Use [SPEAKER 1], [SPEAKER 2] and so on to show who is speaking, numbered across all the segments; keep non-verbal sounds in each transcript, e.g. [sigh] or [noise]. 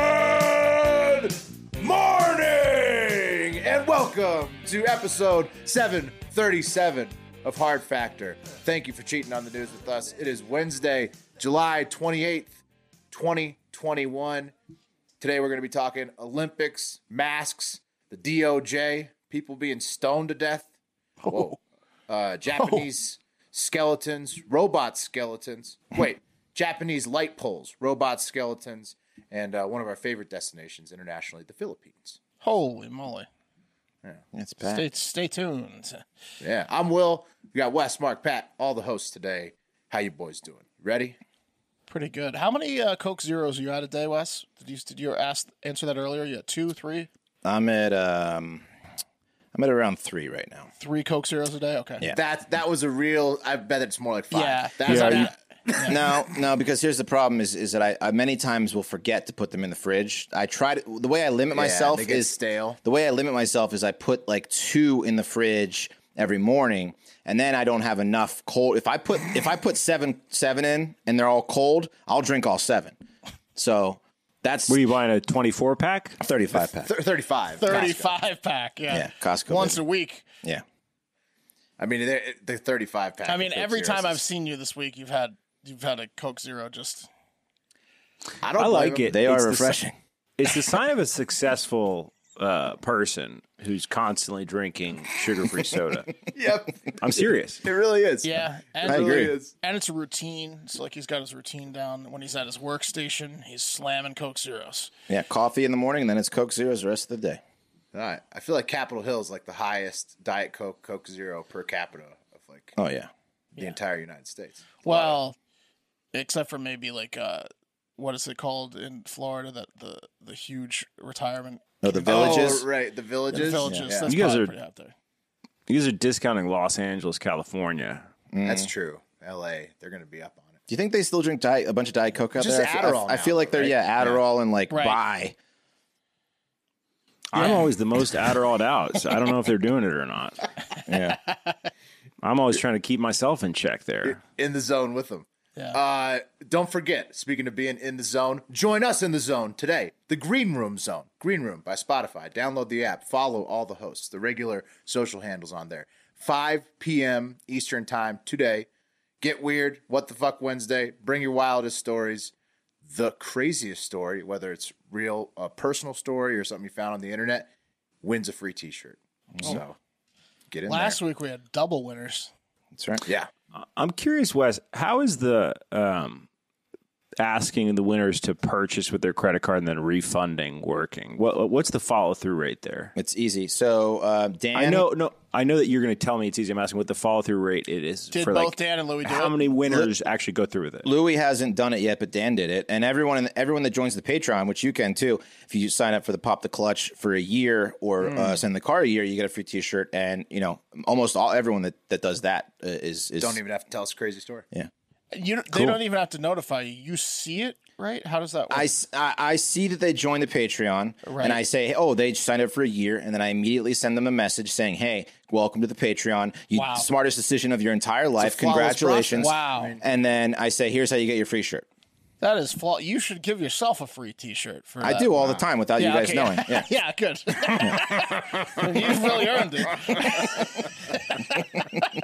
[SPEAKER 1] Good morning and welcome to episode 737 of Hard Factor. Thank you for cheating on the news with us. It is Wednesday, July 28th, 2021. Today we're going to be talking Olympics, masks, the DOJ, people being stoned to death, Whoa. Uh, Japanese skeletons, robot skeletons. Wait, Japanese light poles, robot skeletons, and uh, one of our favorite destinations internationally, the Philippines.
[SPEAKER 2] Holy moly.
[SPEAKER 3] It's back.
[SPEAKER 2] Stay, stay tuned.
[SPEAKER 1] Yeah, I'm Will. We got Wes, Mark, Pat, all the hosts today. How you boys doing? Ready?
[SPEAKER 2] Pretty good. How many uh, Coke Zeros are you at a day, Wes? Did you did you ask answer that earlier? You had two, three,
[SPEAKER 3] I'm at um, I'm at around three right now.
[SPEAKER 2] three Coke Zeros a day. Okay.
[SPEAKER 3] Yeah.
[SPEAKER 1] That that was a real. I bet it's more like five.
[SPEAKER 2] Yeah.
[SPEAKER 1] That's
[SPEAKER 3] Yeah,
[SPEAKER 1] that-
[SPEAKER 3] no, no, because here's the problem: is is that I, I many times will forget to put them in the fridge. I try to the way I limit
[SPEAKER 1] Yeah,
[SPEAKER 3] myself
[SPEAKER 1] they get
[SPEAKER 3] is
[SPEAKER 1] stale.
[SPEAKER 3] the way I limit myself is I put like two in the fridge every morning, and then I don't have enough cold. If I put if I put seven seven in and they're all cold, I'll drink all seven. So that's
[SPEAKER 4] Were you buying a 24 pack?
[SPEAKER 3] thirty five pack.
[SPEAKER 1] Thir- Thirty-five.
[SPEAKER 2] 35 pack. Yeah.
[SPEAKER 3] Yeah, Costco
[SPEAKER 2] Once
[SPEAKER 3] did.
[SPEAKER 2] a week.
[SPEAKER 3] yeah,
[SPEAKER 1] I mean, they're, they're thirty-five pack.
[SPEAKER 2] I mean,
[SPEAKER 1] of Coke
[SPEAKER 2] every time
[SPEAKER 1] Zeros.
[SPEAKER 2] I've seen you this week, you've had you've had a Coke Zero just
[SPEAKER 1] I don't
[SPEAKER 4] I like
[SPEAKER 1] blame 'em.
[SPEAKER 4] it.
[SPEAKER 3] they
[SPEAKER 4] It's
[SPEAKER 3] are
[SPEAKER 4] the
[SPEAKER 3] refreshing.
[SPEAKER 4] si- it's the sign of a successful uh, person who's constantly drinking sugar-free soda.
[SPEAKER 1] [laughs] Yep,
[SPEAKER 4] I'm serious.
[SPEAKER 1] it really is.
[SPEAKER 2] Yeah. And
[SPEAKER 3] I
[SPEAKER 1] it really
[SPEAKER 3] agree.
[SPEAKER 1] is.
[SPEAKER 2] And it's a routine. It's like he's got his routine down. When he's at his workstation, he's slamming Coke Zeros.
[SPEAKER 3] Yeah, coffee in the morning, and then it's Coke Zeroes the rest of the day.
[SPEAKER 1] All right. I feel like Capitol Hill is like the highest Diet Coke, Coke Zero per capita of like
[SPEAKER 3] Oh yeah.
[SPEAKER 1] the entire United States.
[SPEAKER 2] Well, except for maybe like uh, what is it called in Florida that the the huge retirement
[SPEAKER 3] No, the villages.
[SPEAKER 1] Oh, right. The villages.
[SPEAKER 2] villages.
[SPEAKER 1] Yeah.
[SPEAKER 2] That's
[SPEAKER 4] You guys
[SPEAKER 2] probably
[SPEAKER 4] are-
[SPEAKER 2] pretty out there.
[SPEAKER 4] These are discounting Los Angeles, California.
[SPEAKER 3] Mm-hmm.
[SPEAKER 1] That's true. L.A. They're going to be up on it.
[SPEAKER 3] Do you think they still drink diet, a bunch of Diet Coke out
[SPEAKER 1] Just
[SPEAKER 3] there? I feel-
[SPEAKER 1] Adderall
[SPEAKER 3] I, I
[SPEAKER 1] now,
[SPEAKER 3] feel like they're
[SPEAKER 1] right?
[SPEAKER 3] yeah Adderall and like
[SPEAKER 2] Right.
[SPEAKER 3] buy.
[SPEAKER 4] I'm always the most Adderalled out, so I don't know if they're doing it or not.
[SPEAKER 3] Yeah,
[SPEAKER 4] I'm always trying to keep myself in check there.
[SPEAKER 1] In the zone with them.
[SPEAKER 2] Yeah.
[SPEAKER 1] Uh, don't forget, speaking of being in the zone, join us in the zone today. The Green Room Zone. Green Room by Spotify. Download the app. Follow all the hosts, the regular social handles on there. 5 p.m. Eastern Time today. Get Weird, What the Fuck Wednesday. Bring your wildest stories. The craziest story, whether it's real, a personal story or something you found on the internet, wins a free t shirt. So get in
[SPEAKER 2] Oh. Last
[SPEAKER 1] there.
[SPEAKER 2] week we had double winners.
[SPEAKER 3] that's right.
[SPEAKER 1] Yeah.
[SPEAKER 4] I'm curious, Wes, how is the um, asking the winners to purchase with their credit card and then refunding working? What, what's the follow-through rate there?
[SPEAKER 3] It's easy. So uh, Dan,
[SPEAKER 4] I know, no, I know that you're going to tell me it's easy. I'm asking what the follow through rate it is
[SPEAKER 2] Did
[SPEAKER 4] for
[SPEAKER 2] both
[SPEAKER 4] like
[SPEAKER 2] Dan and Louis do
[SPEAKER 4] how
[SPEAKER 2] it?
[SPEAKER 4] many winners actually go through with it.
[SPEAKER 3] Louis hasn't done it yet, but Dan did it, and everyone in- everyone that joins the Patreon, which you can too, if you sign up for the Pop the Clutch for a year or
[SPEAKER 1] Hmm.
[SPEAKER 3] uh, send the car a year, you get a free T-shirt, and you know almost all everyone that, that does that uh, is is
[SPEAKER 1] Don't even have to tell us a crazy story.
[SPEAKER 2] You don't- they don't even have to notify you. You see it, right? How does that work?
[SPEAKER 3] I, s- I- I see that they joined the Patreon,
[SPEAKER 2] Right.
[SPEAKER 3] and I say, oh, they signed up for a year, and then I immediately send them a message saying, hey, welcome to the Patreon, you
[SPEAKER 2] Wow.
[SPEAKER 3] smartest decision of your entire
[SPEAKER 1] flawless
[SPEAKER 3] life, congratulations.
[SPEAKER 2] process. Wow. I mean-
[SPEAKER 3] And then I say, here's how you get your free shirt.
[SPEAKER 2] that is flaw. You should give yourself a free T-shirt for.
[SPEAKER 3] I
[SPEAKER 2] that.
[SPEAKER 3] do all the time without
[SPEAKER 2] Uh, Yeah,
[SPEAKER 3] you guys
[SPEAKER 2] okay. [laughs]
[SPEAKER 3] knowing. Yeah.
[SPEAKER 2] yeah, good. You've really earned it.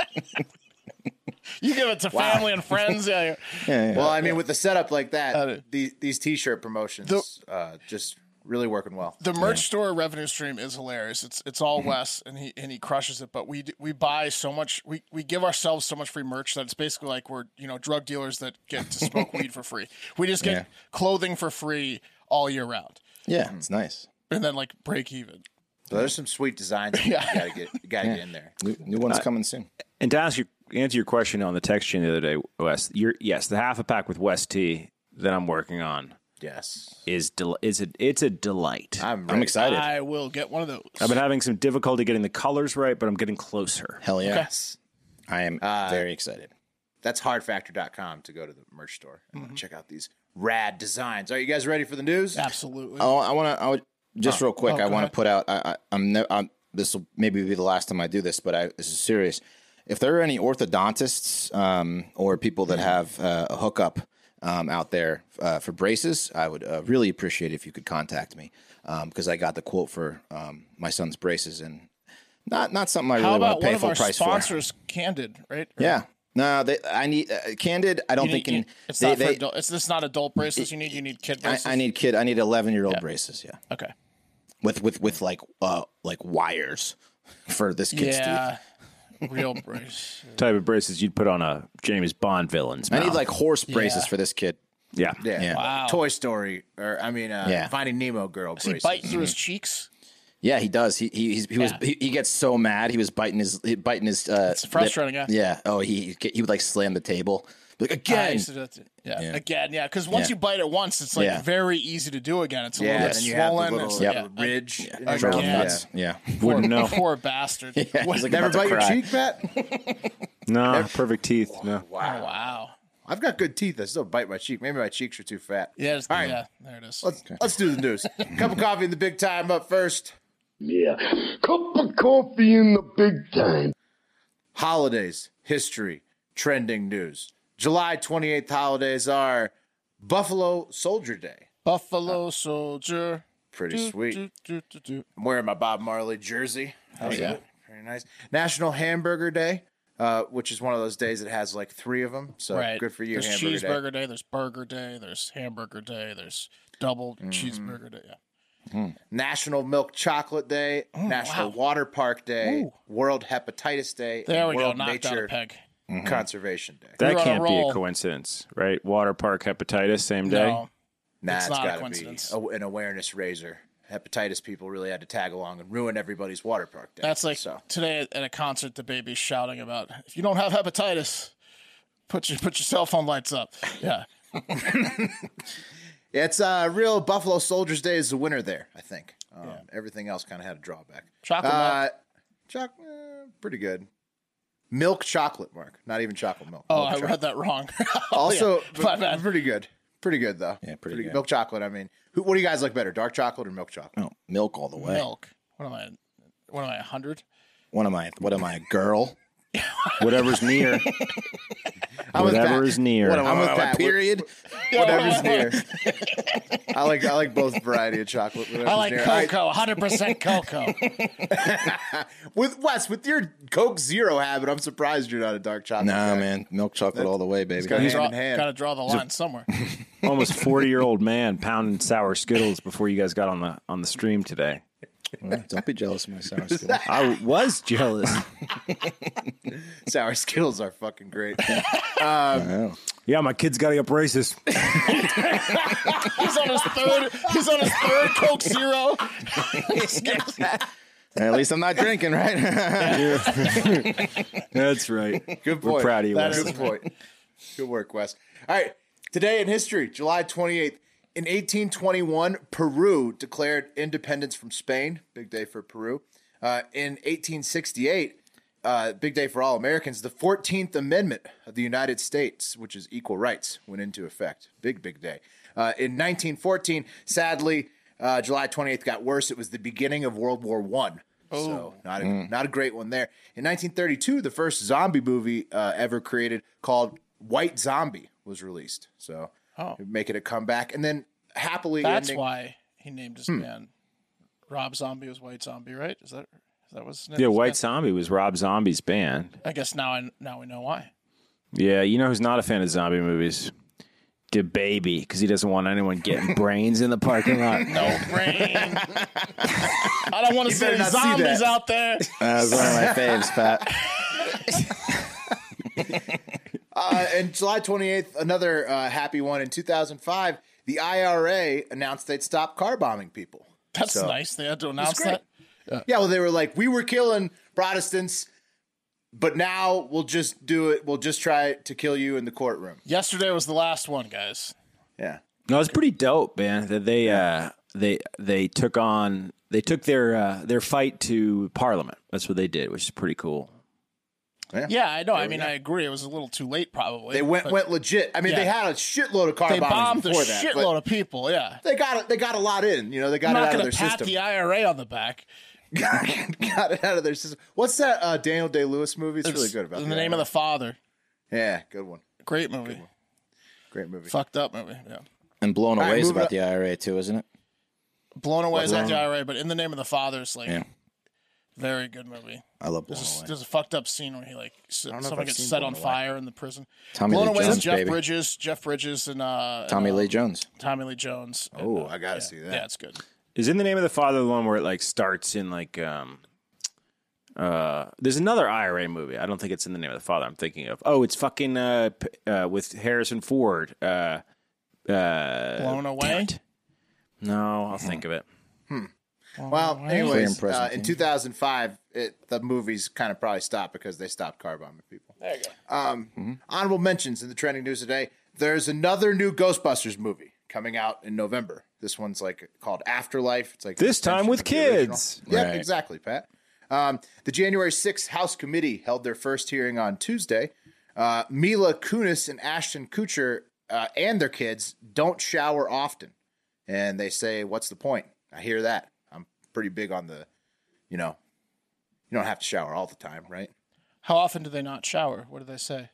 [SPEAKER 2] [laughs] you give it to family and friends. Yeah, yeah.
[SPEAKER 1] Well, I mean, with the setup like
[SPEAKER 2] Uh,
[SPEAKER 1] that, these these t-shirt promotions uh, just really working well.
[SPEAKER 2] the merch store revenue stream is hilarious. It's it's all
[SPEAKER 3] Mm-hmm.
[SPEAKER 2] Wes and he and he crushes it. But we d- we buy so much. We we give ourselves so much free merch that it's basically like we're you know drug dealers that get to smoke weed for
[SPEAKER 3] [laughs]
[SPEAKER 2] free. We just get
[SPEAKER 3] Yeah.
[SPEAKER 2] clothing for free all year round,
[SPEAKER 3] yeah, it's nice.
[SPEAKER 2] and then like break even.
[SPEAKER 1] So there's some sweet designs
[SPEAKER 2] [laughs]
[SPEAKER 1] that you gotta get you gotta get in there.
[SPEAKER 3] New, new one's coming soon.
[SPEAKER 4] And to ask you, answer your question on the text chain the other day, Wes, you're, yes, the half a pack with West T that I'm working on
[SPEAKER 1] Yes.
[SPEAKER 4] is del- is a, it's a delight. i
[SPEAKER 1] I'm
[SPEAKER 3] I'm
[SPEAKER 1] ready.
[SPEAKER 3] excited.
[SPEAKER 2] I will get one of those.
[SPEAKER 4] have been having some difficulty getting the colors right, but I'm getting closer.
[SPEAKER 3] Hell yeah.
[SPEAKER 1] Yes.
[SPEAKER 3] I am
[SPEAKER 2] Uh,
[SPEAKER 3] very excited.
[SPEAKER 1] That's hardfactor.com to go to the merch store and
[SPEAKER 2] Mm-hmm.
[SPEAKER 1] check out these rad designs. Are you guys ready for the news?
[SPEAKER 2] Absolutely.
[SPEAKER 3] Oh, I want to. I would just real quick. I
[SPEAKER 2] Oh, go
[SPEAKER 3] want
[SPEAKER 2] ahead.
[SPEAKER 3] to put out. I, I, I'm. Ne- I'm this will maybe be the last time I do this, but I, this is serious. If there are any orthodontists um, or people that have uh, a hookup um, out there uh, for braces, I would uh, really appreciate if you could contact me because I got the quote for um, my son's braces and not not something I
[SPEAKER 2] How
[SPEAKER 3] really want
[SPEAKER 2] about
[SPEAKER 3] to pay
[SPEAKER 2] one of
[SPEAKER 3] full
[SPEAKER 2] our
[SPEAKER 3] price for.
[SPEAKER 2] sponsors, Candid, right? Or-
[SPEAKER 3] Yeah. No, they, I need uh, candid. I don't
[SPEAKER 2] You
[SPEAKER 3] think
[SPEAKER 2] need-
[SPEAKER 3] can,
[SPEAKER 2] you- it's
[SPEAKER 3] they,
[SPEAKER 2] not for
[SPEAKER 3] they-
[SPEAKER 2] adult. It's, it's not adult braces. You need you need kid
[SPEAKER 3] I,
[SPEAKER 2] braces.
[SPEAKER 3] I need kid. I need eleven year old braces. Yeah.
[SPEAKER 2] okay.
[SPEAKER 3] with with with like uh like wires [laughs] for this kid's teeth.
[SPEAKER 2] Yeah,
[SPEAKER 3] [laughs]
[SPEAKER 2] real brace.
[SPEAKER 4] Type of braces you'd put on a James Bond villain's
[SPEAKER 3] I
[SPEAKER 4] mouth.
[SPEAKER 3] need like horse braces
[SPEAKER 2] Yeah.
[SPEAKER 3] for this kid.
[SPEAKER 4] yeah.
[SPEAKER 1] Yeah.
[SPEAKER 3] Yeah.
[SPEAKER 2] Wow.
[SPEAKER 1] Toy Story or I mean uh,
[SPEAKER 3] Yeah.
[SPEAKER 1] Finding Nemo girl
[SPEAKER 2] Does he
[SPEAKER 1] braces.
[SPEAKER 2] bite through his cheeks?
[SPEAKER 3] Yeah, he does. He he he's, he was
[SPEAKER 2] Yeah.
[SPEAKER 3] he, he gets so mad. He was biting his he biting his. Uh, it's
[SPEAKER 2] frustrating, yeah.
[SPEAKER 3] Yeah. Oh, he he would like slam the table like
[SPEAKER 2] I
[SPEAKER 3] again.
[SPEAKER 2] used to do that too. Yeah. again, yeah. Because once
[SPEAKER 3] Yeah.
[SPEAKER 2] you bite it once, it's like
[SPEAKER 3] Yeah.
[SPEAKER 2] very easy to do again. It's a
[SPEAKER 1] Yeah,
[SPEAKER 2] little
[SPEAKER 1] and
[SPEAKER 2] bit
[SPEAKER 1] then you have the
[SPEAKER 2] swollen.
[SPEAKER 1] little,
[SPEAKER 2] it's
[SPEAKER 1] little
[SPEAKER 2] like, yeah,
[SPEAKER 1] ridge. in your
[SPEAKER 3] Drove
[SPEAKER 1] mouth.
[SPEAKER 3] him
[SPEAKER 2] Yeah.
[SPEAKER 3] nuts. Yeah. [laughs]
[SPEAKER 2] Poor,
[SPEAKER 4] Wouldn't know.
[SPEAKER 2] [laughs]
[SPEAKER 1] [laughs]
[SPEAKER 2] poor bastard. Oh,
[SPEAKER 3] He's, like,
[SPEAKER 1] Never
[SPEAKER 3] about to
[SPEAKER 1] bite your
[SPEAKER 3] cry.
[SPEAKER 1] cheek,
[SPEAKER 3] [laughs]
[SPEAKER 1] Pat?
[SPEAKER 4] No, perfect teeth. No.
[SPEAKER 2] Oh, wow.
[SPEAKER 1] I've got good teeth. I still bite my cheek. Maybe my cheeks are too fat.
[SPEAKER 2] Yeah, it's,
[SPEAKER 1] All right.
[SPEAKER 2] yeah. There it is.
[SPEAKER 1] Let's let's do the
[SPEAKER 2] [laughs]
[SPEAKER 1] news. Cup of coffee in the big time up first.
[SPEAKER 5] Yeah. Cup of coffee in the big time.
[SPEAKER 1] holidays, history, trending news. July 28th holidays are Buffalo Soldier Day.
[SPEAKER 2] Buffalo Soldier.
[SPEAKER 1] uh, Pretty
[SPEAKER 2] Do,
[SPEAKER 1] sweet.
[SPEAKER 2] do, do, do, do.
[SPEAKER 1] I'm wearing my Bob Marley jersey. How's
[SPEAKER 2] Oh, yeah.
[SPEAKER 1] that? Very nice. National Hamburger Day, uh, which is one of those days that has like three of them. So
[SPEAKER 2] Right.
[SPEAKER 1] good for you,
[SPEAKER 2] There's
[SPEAKER 1] Hamburger Day.
[SPEAKER 2] cheeseburger day. There's burger day. There's hamburger day. There's double
[SPEAKER 1] Mm-hmm.
[SPEAKER 2] cheeseburger day. Yeah.
[SPEAKER 1] National Milk Chocolate Day, National
[SPEAKER 2] Oh, wow.
[SPEAKER 1] Water Park Day, World Hepatitis Day,
[SPEAKER 2] There
[SPEAKER 1] and
[SPEAKER 2] we
[SPEAKER 1] World
[SPEAKER 2] go. Knocked down a
[SPEAKER 1] Nature
[SPEAKER 2] peg. Mm-hmm.
[SPEAKER 1] Conservation Day.
[SPEAKER 2] You're
[SPEAKER 4] That
[SPEAKER 2] on a
[SPEAKER 4] can't be a
[SPEAKER 2] roll.
[SPEAKER 4] coincidence, right? Water park hepatitis, same day.
[SPEAKER 2] No.
[SPEAKER 1] Nah,
[SPEAKER 2] It's
[SPEAKER 1] it's
[SPEAKER 2] not a
[SPEAKER 1] got to be
[SPEAKER 2] coincidence.
[SPEAKER 1] a, an awareness raiser. Hepatitis people really had to tag along and ruin everybody's water park day.
[SPEAKER 2] That's like
[SPEAKER 1] so.
[SPEAKER 2] today at a concert, the baby's shouting about if you don't have hepatitis, put your put your cell phone lights up.
[SPEAKER 1] [laughs]
[SPEAKER 2] Yeah,
[SPEAKER 1] It's uh, real Buffalo Soldiers Day is the winner there. I think um, everything else kind of had a drawback.
[SPEAKER 2] Chocolate
[SPEAKER 1] uh, choc- eh, pretty good. Milk chocolate, Mark. Not even chocolate milk.
[SPEAKER 2] Oh,
[SPEAKER 1] Milk
[SPEAKER 2] I
[SPEAKER 1] chocolate.
[SPEAKER 2] read that wrong. [laughs]
[SPEAKER 1] Also,
[SPEAKER 2] yeah. My
[SPEAKER 1] b-
[SPEAKER 2] bad.
[SPEAKER 1] pretty good. Pretty good though. Yeah,
[SPEAKER 3] pretty good.
[SPEAKER 1] Milk chocolate. I mean, who, what do you guys like better, dark chocolate or milk chocolate?
[SPEAKER 3] No, milk all the way.
[SPEAKER 2] milk. What am I? What am I? hundred?
[SPEAKER 3] What am I? What am I? A girl?
[SPEAKER 2] [laughs]
[SPEAKER 4] Whatever's near,
[SPEAKER 1] I'm with
[SPEAKER 4] whatever
[SPEAKER 1] Pat.
[SPEAKER 4] is near.
[SPEAKER 1] What am I- I'm with
[SPEAKER 3] Am I
[SPEAKER 1] Pat.
[SPEAKER 3] period.
[SPEAKER 2] [laughs]
[SPEAKER 1] Whatever's near. I like I like both variety of chocolate.
[SPEAKER 2] I
[SPEAKER 1] whatever's
[SPEAKER 2] like
[SPEAKER 1] near. All right,
[SPEAKER 2] cocoa. Hundred percent
[SPEAKER 1] [laughs]
[SPEAKER 2] cocoa.
[SPEAKER 1] With Wes, with your Coke Zero habit, I'm surprised you're not a dark chocolate.
[SPEAKER 3] Nah,
[SPEAKER 1] guy.
[SPEAKER 3] man, milk chocolate all the way, baby.
[SPEAKER 1] got
[SPEAKER 2] [laughs] Draw-
[SPEAKER 1] in hand.
[SPEAKER 2] Gotta draw the
[SPEAKER 1] [laughs]
[SPEAKER 2] line somewhere.
[SPEAKER 4] Almost forty-year-old man pounding sour Skittles before you guys got on the on the stream today.
[SPEAKER 3] Don't be jealous of my sour Skittles.
[SPEAKER 4] I was jealous.
[SPEAKER 1] Sour Skittles are fucking great.
[SPEAKER 4] [laughs] yeah, my kids got to get braces.
[SPEAKER 2] He's on his third. He's on his third
[SPEAKER 1] [laughs]
[SPEAKER 2] Coke Zero.
[SPEAKER 3] [laughs] At least I'm not drinking, right?
[SPEAKER 4] That's right.
[SPEAKER 1] Good
[SPEAKER 4] We're
[SPEAKER 1] point.
[SPEAKER 4] proud of you,
[SPEAKER 1] That
[SPEAKER 4] Wes.
[SPEAKER 1] is a good point. Good work, Wes. All right. Today in history, July 28th. In 1821, Peru declared independence from Spain. Big day for Peru. Uh, in 1868, uh, big day for all Americans, the 14th Amendment of the United States, which is equal rights, went into effect. Big, big day. Uh, in 1914, sadly, uh, July 28th got worse. It was the beginning of World War One. So not a, not a great one there. In 1932, the first zombie movie uh, ever created called White Zombie was released. So making a comeback, and then happily
[SPEAKER 2] That's
[SPEAKER 1] ending. Hmm.
[SPEAKER 2] why he named his band Rob Zombie was White Zombie, right? Is that is that was
[SPEAKER 4] Yeah, White Zombie was Rob Zombie's band.
[SPEAKER 2] I guess now I now we know why.
[SPEAKER 4] Yeah, you know who's not a fan of zombie movies? The baby, because he doesn't want anyone [laughs] getting brains in the parking lot.
[SPEAKER 2] No brain. [laughs] I don't want to see
[SPEAKER 1] better
[SPEAKER 2] any
[SPEAKER 1] not see
[SPEAKER 2] zombies
[SPEAKER 1] that. [laughs]
[SPEAKER 2] out there.
[SPEAKER 3] that was one of my faves, Pat.
[SPEAKER 1] Uh, and July 28th, another uh, happy one. In 2005, the IRA announced they'd stop car bombing people.
[SPEAKER 2] That's
[SPEAKER 1] So-
[SPEAKER 2] nice. They had to announce
[SPEAKER 1] great.
[SPEAKER 2] that.
[SPEAKER 1] yeah, well, they were like, we were killing Protestants, but now we'll just do it. We'll just try to kill you in the courtroom.
[SPEAKER 2] Yesterday was the last one, guys.
[SPEAKER 1] Yeah.
[SPEAKER 4] No, it's pretty dope, man. That they uh, they they took on they took their uh, their fight to Parliament. That's what they did, which is pretty cool.
[SPEAKER 2] Yeah, I know. I mean, I agree. It was a little too late, probably.
[SPEAKER 1] They went
[SPEAKER 2] but
[SPEAKER 1] went legit. I mean,
[SPEAKER 2] Yeah.
[SPEAKER 1] they had a shitload of car
[SPEAKER 2] They
[SPEAKER 1] bombings
[SPEAKER 2] bombed a
[SPEAKER 1] before that. but
[SPEAKER 2] shitload of people. Yeah,
[SPEAKER 1] they got it. They got a lot in. You know, they got
[SPEAKER 2] I'm
[SPEAKER 1] it
[SPEAKER 2] not
[SPEAKER 1] out of
[SPEAKER 2] going
[SPEAKER 1] their
[SPEAKER 2] to pat
[SPEAKER 1] system. [laughs]
[SPEAKER 2] the IRA on the back.
[SPEAKER 1] got it out of their system. What's that uh, Daniel Day Lewis movie? It's, really good about
[SPEAKER 2] in the name of the father.
[SPEAKER 1] the. Yeah, good one.
[SPEAKER 2] Great movie.
[SPEAKER 1] Great movie.
[SPEAKER 2] Fucked up movie. Yeah.
[SPEAKER 3] And blown
[SPEAKER 1] right,
[SPEAKER 3] away is
[SPEAKER 1] moving
[SPEAKER 3] about
[SPEAKER 1] up.
[SPEAKER 3] the IRA too, isn't it?
[SPEAKER 2] Blown away is not the IRA, but in the name of the father is like
[SPEAKER 3] Yeah.
[SPEAKER 2] very good movie.
[SPEAKER 3] I love blown
[SPEAKER 2] There's,
[SPEAKER 3] away.
[SPEAKER 2] there's a fucked up scene where he like s-
[SPEAKER 1] know if
[SPEAKER 2] someone
[SPEAKER 1] I've
[SPEAKER 2] gets
[SPEAKER 1] seen
[SPEAKER 2] set
[SPEAKER 1] Blown
[SPEAKER 2] on
[SPEAKER 1] Away.
[SPEAKER 2] fire in the prison.
[SPEAKER 3] Tommy
[SPEAKER 2] Blown
[SPEAKER 3] Lee
[SPEAKER 2] away is
[SPEAKER 3] Jones,
[SPEAKER 2] Jeff
[SPEAKER 3] baby.
[SPEAKER 2] Bridges, Jeff Bridges, and uh,
[SPEAKER 3] Tommy
[SPEAKER 2] and, uh,
[SPEAKER 3] Lee Jones.
[SPEAKER 2] Tommy Lee Jones. and,
[SPEAKER 1] Oh,
[SPEAKER 2] uh,
[SPEAKER 1] I gotta
[SPEAKER 2] yeah.
[SPEAKER 1] see that.
[SPEAKER 2] Yeah, it's good.
[SPEAKER 4] Is in the name of the father the one where it like starts in like um uh there's another IRA movie. I don't think it's in the name of the father I'm thinking of. Oh, it's fucking uh, p- uh with Harrison Ford. Uh uh
[SPEAKER 2] Blown away.
[SPEAKER 4] No, I'll think of it.
[SPEAKER 2] Oh,
[SPEAKER 1] Well, anyways,
[SPEAKER 3] impressive
[SPEAKER 1] uh, in 2005, it, the movies kind of probably stopped because they stopped car bombing people. There you go.
[SPEAKER 4] Mm-hmm.
[SPEAKER 1] Um, Honorable mentions in the trending news today. There's another new Ghostbusters movie coming out in November. This one's like called Afterlife. It's like an
[SPEAKER 4] This time
[SPEAKER 1] extension
[SPEAKER 4] with
[SPEAKER 1] of the original.
[SPEAKER 4] kids.
[SPEAKER 1] Yep,
[SPEAKER 3] Right.
[SPEAKER 1] exactly, Pat. Um, the January 6th House Committee held their first hearing on Tuesday. Uh, Mila Kunis and Ashton Kutcher uh, and their kids don't shower often and they say, "What's the point?" I hear that. I'm pretty big on the, you know, you don't have to shower all the time, right?
[SPEAKER 2] How often do they not shower? What do they say?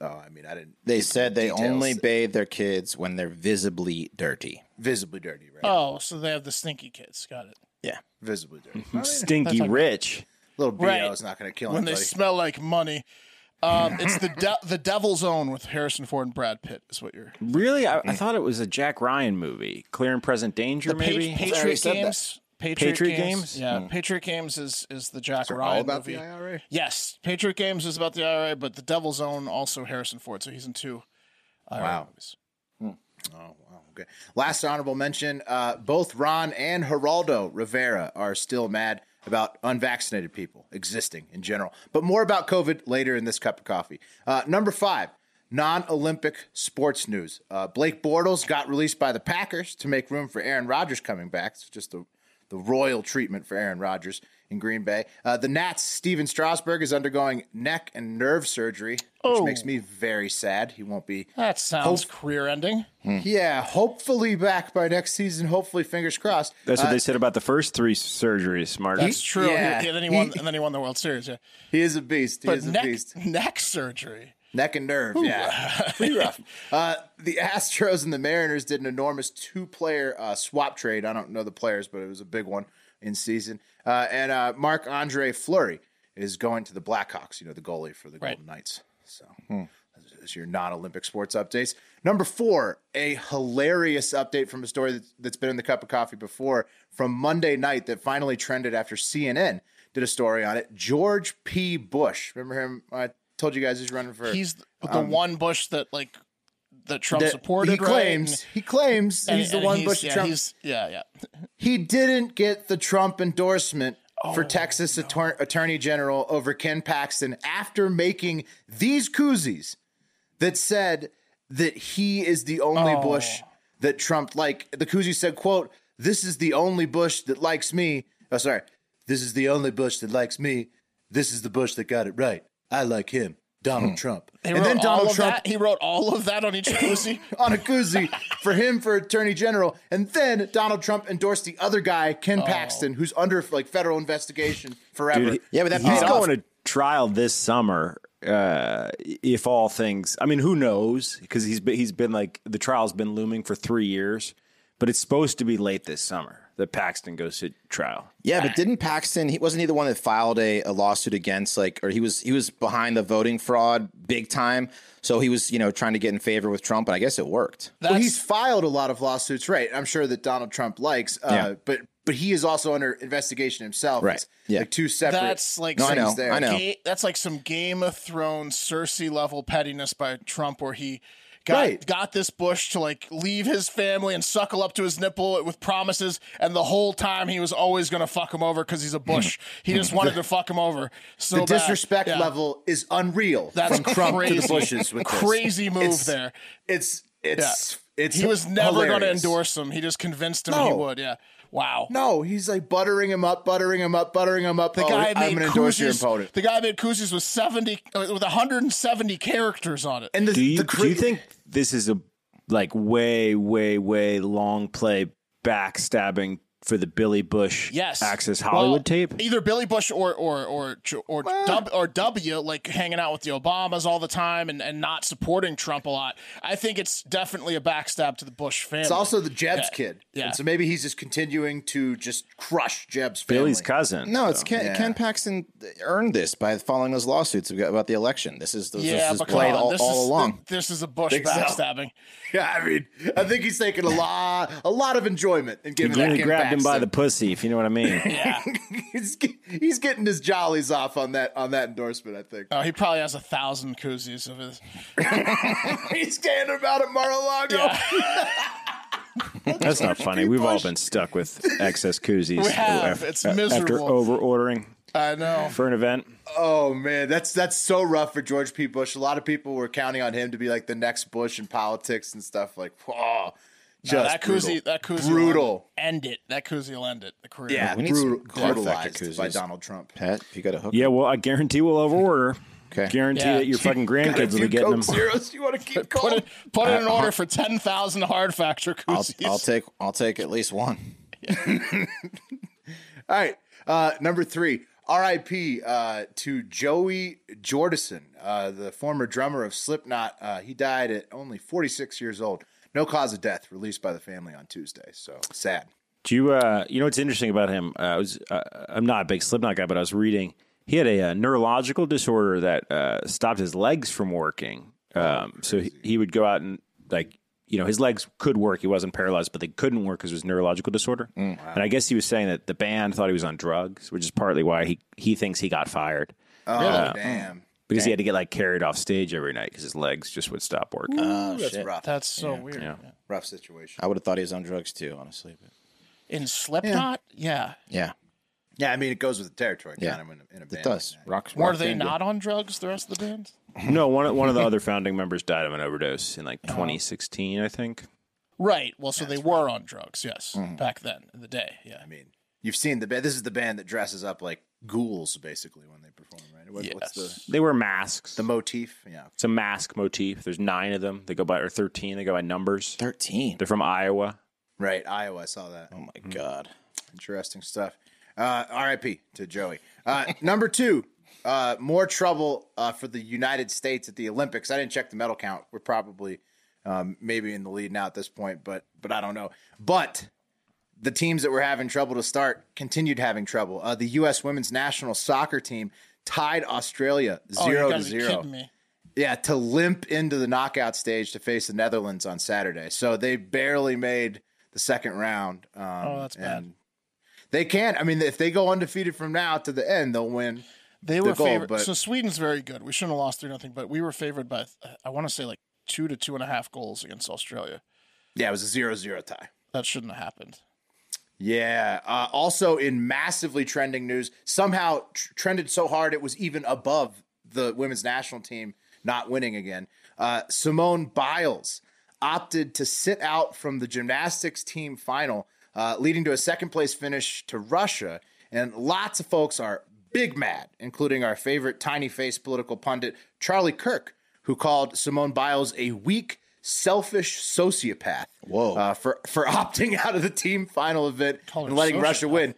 [SPEAKER 1] Oh, I mean, I didn't
[SPEAKER 3] They said they
[SPEAKER 1] Details.
[SPEAKER 3] only bathe their kids when they're visibly dirty.
[SPEAKER 1] visibly dirty, right?
[SPEAKER 2] Oh, so they have the stinky kids. Got it.
[SPEAKER 3] Yeah.
[SPEAKER 1] visibly
[SPEAKER 2] [laughs]
[SPEAKER 1] dirty.
[SPEAKER 4] Stinky Rich.
[SPEAKER 1] Little bo
[SPEAKER 2] Right.
[SPEAKER 1] is not going to kill
[SPEAKER 2] When they
[SPEAKER 1] anybody.
[SPEAKER 2] smell like money. Um,
[SPEAKER 1] [laughs]
[SPEAKER 2] it's the de- the Devil's Own with Harrison Ford and Brad Pitt is what you're.
[SPEAKER 4] Really? I, I thought it was a Jack Ryan movie. Clear and Present Danger
[SPEAKER 2] Pa-
[SPEAKER 4] maybe?
[SPEAKER 2] Patriot Games. Patriot,
[SPEAKER 4] Patriot
[SPEAKER 2] Games.
[SPEAKER 4] Games?
[SPEAKER 2] Yeah, Patriot Games is is the Jack
[SPEAKER 1] They're
[SPEAKER 2] Ryan
[SPEAKER 1] Hmm. all about
[SPEAKER 2] movie.
[SPEAKER 1] the IRA.
[SPEAKER 2] Yes, Patriot Games is about the IRA, but the Devil's Own also Harrison Ford, so he's in two. IRA
[SPEAKER 1] Wow.
[SPEAKER 2] movies.
[SPEAKER 1] Oh, wow. Okay. Last honorable mention: uh, both Ron and Geraldo Rivera are still mad about unvaccinated people existing in general. But more about COVID later in this cup of coffee. Uh, number five. Non Olympic sports news. Uh, Blake Bortles got released by the Packers to make room for Aaron Rodgers coming back. It's just the, the royal treatment for Aaron Rodgers in Green Bay. Uh, the Nats' Steven Strasburg is undergoing neck and nerve surgery, which makes me very sad. He won't be
[SPEAKER 2] That sounds career ending.
[SPEAKER 1] yeah, hopefully back by next season. Hopefully, fingers crossed.
[SPEAKER 4] That's what they said about the first three surgeries, Mark.
[SPEAKER 2] Uh, That's true.
[SPEAKER 1] yeah.
[SPEAKER 2] He, and then he won. and then he won the World Series. Yeah,
[SPEAKER 1] He is a beast. He
[SPEAKER 2] but
[SPEAKER 1] is a
[SPEAKER 2] neck
[SPEAKER 1] beast.
[SPEAKER 2] neck surgery.
[SPEAKER 1] Neck and nerve. Yeah, pretty rough. Uh, the [laughs] Astros and the Mariners did an enormous two-player uh, swap trade. I don't know the players, but it was a big one in season. Uh, and uh, Mark Andre Fleury is going to the Blackhawks. You know, the goalie for the
[SPEAKER 2] Right.
[SPEAKER 1] Golden Knights. So. That's your non-Olympic sports updates. Number four, a hilarious update from a story that's, that's been in the cup of coffee before from Monday night that finally trended after CNN did a story on it. George P. Bush, remember him? I told you guys he's running for.
[SPEAKER 2] [laughs] He's the, the one Bush that like that Trump
[SPEAKER 1] Um, that
[SPEAKER 2] supported.
[SPEAKER 1] he
[SPEAKER 2] right?
[SPEAKER 1] claims
[SPEAKER 2] And-
[SPEAKER 1] he claims
[SPEAKER 2] and-
[SPEAKER 1] he's the
[SPEAKER 2] and
[SPEAKER 1] one Bush
[SPEAKER 2] yeah,
[SPEAKER 1] Trump.
[SPEAKER 2] he's- yeah, yeah.
[SPEAKER 1] He didn't get the Trump endorsement.
[SPEAKER 2] Oh,
[SPEAKER 1] For Texas Attor- Attorney General over Ken Paxton after making these koozies that said that he is the only
[SPEAKER 2] Oh.
[SPEAKER 1] Bush that Trump like. The koozie said, "quote This is the only Bush that likes me." Oh, sorry. This is the only Bush that likes me. This is the Bush that got it right. I like him, Donald Trump.
[SPEAKER 2] He
[SPEAKER 1] and
[SPEAKER 2] Hmm. wrote
[SPEAKER 1] then Donald
[SPEAKER 2] all of
[SPEAKER 1] Trump
[SPEAKER 2] That. He wrote all of that
[SPEAKER 1] [laughs]
[SPEAKER 2] on each koozie.
[SPEAKER 1] on a koozie for him for attorney general. And then Donald Trump endorsed the other guy,
[SPEAKER 3] Oh.
[SPEAKER 1] Ken Paxton, who's under like federal investigation forever.
[SPEAKER 4] Dude,
[SPEAKER 3] Yeah, but that
[SPEAKER 4] he's
[SPEAKER 3] paid off.
[SPEAKER 4] going to trial this summer. Uh, if all things, I mean, who knows? Because he's been, he's been like the trial's been looming for three years, but it's supposed to be late this summer that Paxton goes to trial.
[SPEAKER 3] Yeah, but didn't Paxton? He wasn't he the one that filed a, a lawsuit against like, or he was he was behind the voting fraud big time. So he was you know trying to get in favor with Trump, and I guess it worked.
[SPEAKER 2] That's,
[SPEAKER 1] well, he's filed a lot of lawsuits, right? I'm sure that Donald Trump likes, uh,
[SPEAKER 3] Yeah.
[SPEAKER 1] but but he is also under investigation himself.
[SPEAKER 3] Right.
[SPEAKER 1] It's
[SPEAKER 3] Yeah.
[SPEAKER 1] like two separate.
[SPEAKER 2] that's like
[SPEAKER 3] No, I
[SPEAKER 2] some
[SPEAKER 3] know,
[SPEAKER 1] there.
[SPEAKER 3] I know.
[SPEAKER 2] Ga- that's like some Game of Thrones Cersei level pettiness by Trump, where he got
[SPEAKER 1] Right.
[SPEAKER 2] got this Bush to like leave his family and suckle up to his nipple with promises, and the whole time he was always gonna fuck him over because he's a Bush. he just wanted to fuck him over. So
[SPEAKER 1] Hmm. The
[SPEAKER 2] bad.
[SPEAKER 1] disrespect
[SPEAKER 2] Yeah.
[SPEAKER 1] level is unreal
[SPEAKER 2] That's [laughs]
[SPEAKER 1] from Trump to
[SPEAKER 2] crazy.
[SPEAKER 1] the Bushes. With this.
[SPEAKER 2] Crazy move
[SPEAKER 1] It's-
[SPEAKER 2] there.
[SPEAKER 1] It's it's it's.
[SPEAKER 2] He was never going to
[SPEAKER 1] hilarious.
[SPEAKER 2] endorse him. He just convinced him he
[SPEAKER 1] No.
[SPEAKER 2] would. Yeah. Wow.
[SPEAKER 1] No, he's like buttering him up, buttering him up, buttering him up.
[SPEAKER 2] The
[SPEAKER 1] oh,
[SPEAKER 2] guy
[SPEAKER 1] I'm
[SPEAKER 2] made
[SPEAKER 1] gonna endorse your
[SPEAKER 2] koozies-
[SPEAKER 1] opponent.
[SPEAKER 2] The guy made koozies with seventy uh, with one hundred and seventy characters on it.
[SPEAKER 1] And the,
[SPEAKER 4] Do you,
[SPEAKER 1] the cra-
[SPEAKER 4] do you think this is a like way, way, way long play backstabbing for the Billy Bush
[SPEAKER 2] Yes,
[SPEAKER 4] Access
[SPEAKER 2] Well,
[SPEAKER 4] Hollywood tape?
[SPEAKER 2] Either Billy Bush or or or or w, or W, like hanging out with the Obamas all the time and, and not supporting Trump a lot. I think it's definitely a backstab to the Bush family.
[SPEAKER 1] It's also the Jeb's
[SPEAKER 2] Yeah.
[SPEAKER 1] kid.
[SPEAKER 2] Yeah.
[SPEAKER 1] And so maybe he's just continuing to just crush Jeb's family.
[SPEAKER 4] Billy's cousin.
[SPEAKER 3] No, it's Ken,
[SPEAKER 1] Yeah.
[SPEAKER 3] Ken Paxton earned this by following those lawsuits about the election. This is this,
[SPEAKER 2] yeah,
[SPEAKER 3] is
[SPEAKER 2] but
[SPEAKER 3] played
[SPEAKER 2] come on,
[SPEAKER 3] all,
[SPEAKER 2] this
[SPEAKER 3] all
[SPEAKER 2] is,
[SPEAKER 3] along.
[SPEAKER 2] This is a Bush
[SPEAKER 1] Think so? [laughs]
[SPEAKER 2] backstabbing.
[SPEAKER 1] Yeah, I mean, I think he's taking a lot, a lot of enjoyment in
[SPEAKER 4] He
[SPEAKER 1] giving that
[SPEAKER 4] literally
[SPEAKER 1] Ken
[SPEAKER 4] grabbed him by the
[SPEAKER 1] Paxton.
[SPEAKER 4] pussy, if you know what
[SPEAKER 1] [laughs]
[SPEAKER 4] I mean.
[SPEAKER 1] he's, get- he's getting his jollies off on that on that endorsement. I think [laughs]
[SPEAKER 2] Oh, he probably has a thousand koozies of his.
[SPEAKER 1] he's getting about at Mar-a-Lago.
[SPEAKER 4] That's not funny. We've all been stuck with excess koozies.
[SPEAKER 2] [laughs] We have.
[SPEAKER 4] af-
[SPEAKER 2] It's
[SPEAKER 4] a- After
[SPEAKER 2] miserable.
[SPEAKER 4] over ordering
[SPEAKER 2] I know.
[SPEAKER 4] for an event.
[SPEAKER 1] Oh man, that's that's so rough for George P. Bush. A lot of people were counting on him to be like the next Bush in politics and stuff. Like, whoa, just
[SPEAKER 2] No, that
[SPEAKER 1] brutal.
[SPEAKER 2] koozie, that koozie, will
[SPEAKER 1] brutal.
[SPEAKER 2] End it. That koozie will end it. The career.
[SPEAKER 1] Yeah,
[SPEAKER 3] We need some
[SPEAKER 1] brutal,
[SPEAKER 3] Clark Factor
[SPEAKER 1] brutalized by
[SPEAKER 3] koozies.
[SPEAKER 1] Donald Trump.
[SPEAKER 3] Pat, you got a hook.
[SPEAKER 4] Yeah, well, I guarantee we'll over order.
[SPEAKER 3] Okay.
[SPEAKER 4] Guarantee
[SPEAKER 2] Yeah.
[SPEAKER 4] that your fucking
[SPEAKER 1] Got a
[SPEAKER 4] grandkids will
[SPEAKER 1] few
[SPEAKER 4] be getting
[SPEAKER 1] Coke
[SPEAKER 4] them.
[SPEAKER 1] Zeros you want [laughs] to keep
[SPEAKER 2] Put
[SPEAKER 1] going?
[SPEAKER 2] it. Put it in order for ten thousand hard factor [laughs]
[SPEAKER 3] I'll,
[SPEAKER 2] koozies.
[SPEAKER 3] I'll take I'll take at least one.
[SPEAKER 1] All right. Uh, number three, R.I.P. Uh, to Joey Jordison, uh, the former drummer of Slipknot. Uh, he died at only 46 years old. No cause of death released by the family on Tuesday. So sad.
[SPEAKER 4] Do you uh you know what's interesting about him? Uh, I was uh, I'm not a big Slipknot guy, but I was reading he had a, uh neurological disorder that uh, stopped his legs from working. Um, so he, he would go out and like you know his legs could work. He wasn't paralyzed, but they couldn't work because of his neurological disorder. And I guess he was saying that the band thought he was on drugs, which is partly why he he thinks he got fired
[SPEAKER 1] Oh, damn.
[SPEAKER 4] because he had to get like carried off stage every night because his legs just would stop working.
[SPEAKER 3] Oh
[SPEAKER 1] That's
[SPEAKER 3] shit!
[SPEAKER 1] rough.
[SPEAKER 2] That's so weird. Yeah.
[SPEAKER 1] rough situation.
[SPEAKER 3] I would have thought he was on drugs too, honestly. But
[SPEAKER 2] In Slipknot, yeah.
[SPEAKER 3] yeah,
[SPEAKER 1] Yeah, I mean, it goes with the territory,
[SPEAKER 3] Yeah.
[SPEAKER 1] kind of, in, in a band.
[SPEAKER 3] it does. Rock.
[SPEAKER 2] Were
[SPEAKER 3] rock
[SPEAKER 2] they
[SPEAKER 3] band, yeah.
[SPEAKER 2] not on drugs? The rest of the band.
[SPEAKER 4] no, one of- one of the other founding members died of an overdose in like 2016, I think.
[SPEAKER 2] Right. Well, so they were on drugs. Yes, back then in the day. Yeah.
[SPEAKER 1] I mean, you've seen the band. This is the band that dresses up like ghouls, basically, when they perform, right? What, What's the,
[SPEAKER 4] They wear masks.
[SPEAKER 1] the motif? Yeah.
[SPEAKER 4] It's a mask motif. There's nine of them. They go by or thirteen. They go by numbers.
[SPEAKER 3] Thirteen.
[SPEAKER 4] They're from Iowa.
[SPEAKER 1] Right. Iowa. I saw that.
[SPEAKER 3] Oh my god.
[SPEAKER 1] Interesting stuff. Uh, R.I.P. to Joey. Uh, [laughs] number two, uh, more trouble uh, for the United States at the Olympics. I didn't check the medal count. We're probably um, maybe in the lead now at this point, but but I don't know. But the teams that were having trouble to start continued having trouble. Uh, the U.S. women's national soccer team tied Australia
[SPEAKER 2] Oh, you
[SPEAKER 1] zero to
[SPEAKER 2] gotta be
[SPEAKER 1] zero.
[SPEAKER 2] kidding me.
[SPEAKER 1] Yeah, to limp into the knockout stage to face the Netherlands on Saturday. So they barely made the second round. Um, oh,
[SPEAKER 2] that's bad.
[SPEAKER 1] They can't. I mean, if they go undefeated from now to the end, they'll win.
[SPEAKER 2] They were
[SPEAKER 1] goal,
[SPEAKER 2] favored.
[SPEAKER 1] but-
[SPEAKER 2] So Sweden's very good. We shouldn't have lost three nothing, but we were favored by uh, I want to say like two to two and a half goals against Australia.
[SPEAKER 1] Yeah, it was a zero-zero tie.
[SPEAKER 2] That shouldn't have happened.
[SPEAKER 1] Yeah. Uh, also, in massively trending news, somehow tr- trended so hard it was even above the women's national team not winning again. Uh, Simone Biles opted to sit out from the gymnastics team final, uh, leading to a second place finish to Russia. And lots of folks are big mad, including our favorite tiny faced political pundit, Charlie Kirk, who called Simone Biles a weak, selfish sociopath. Whoa. Uh, for, for [laughs] opting out of the team final event and letting
[SPEAKER 2] sociopath.
[SPEAKER 1] Russia win.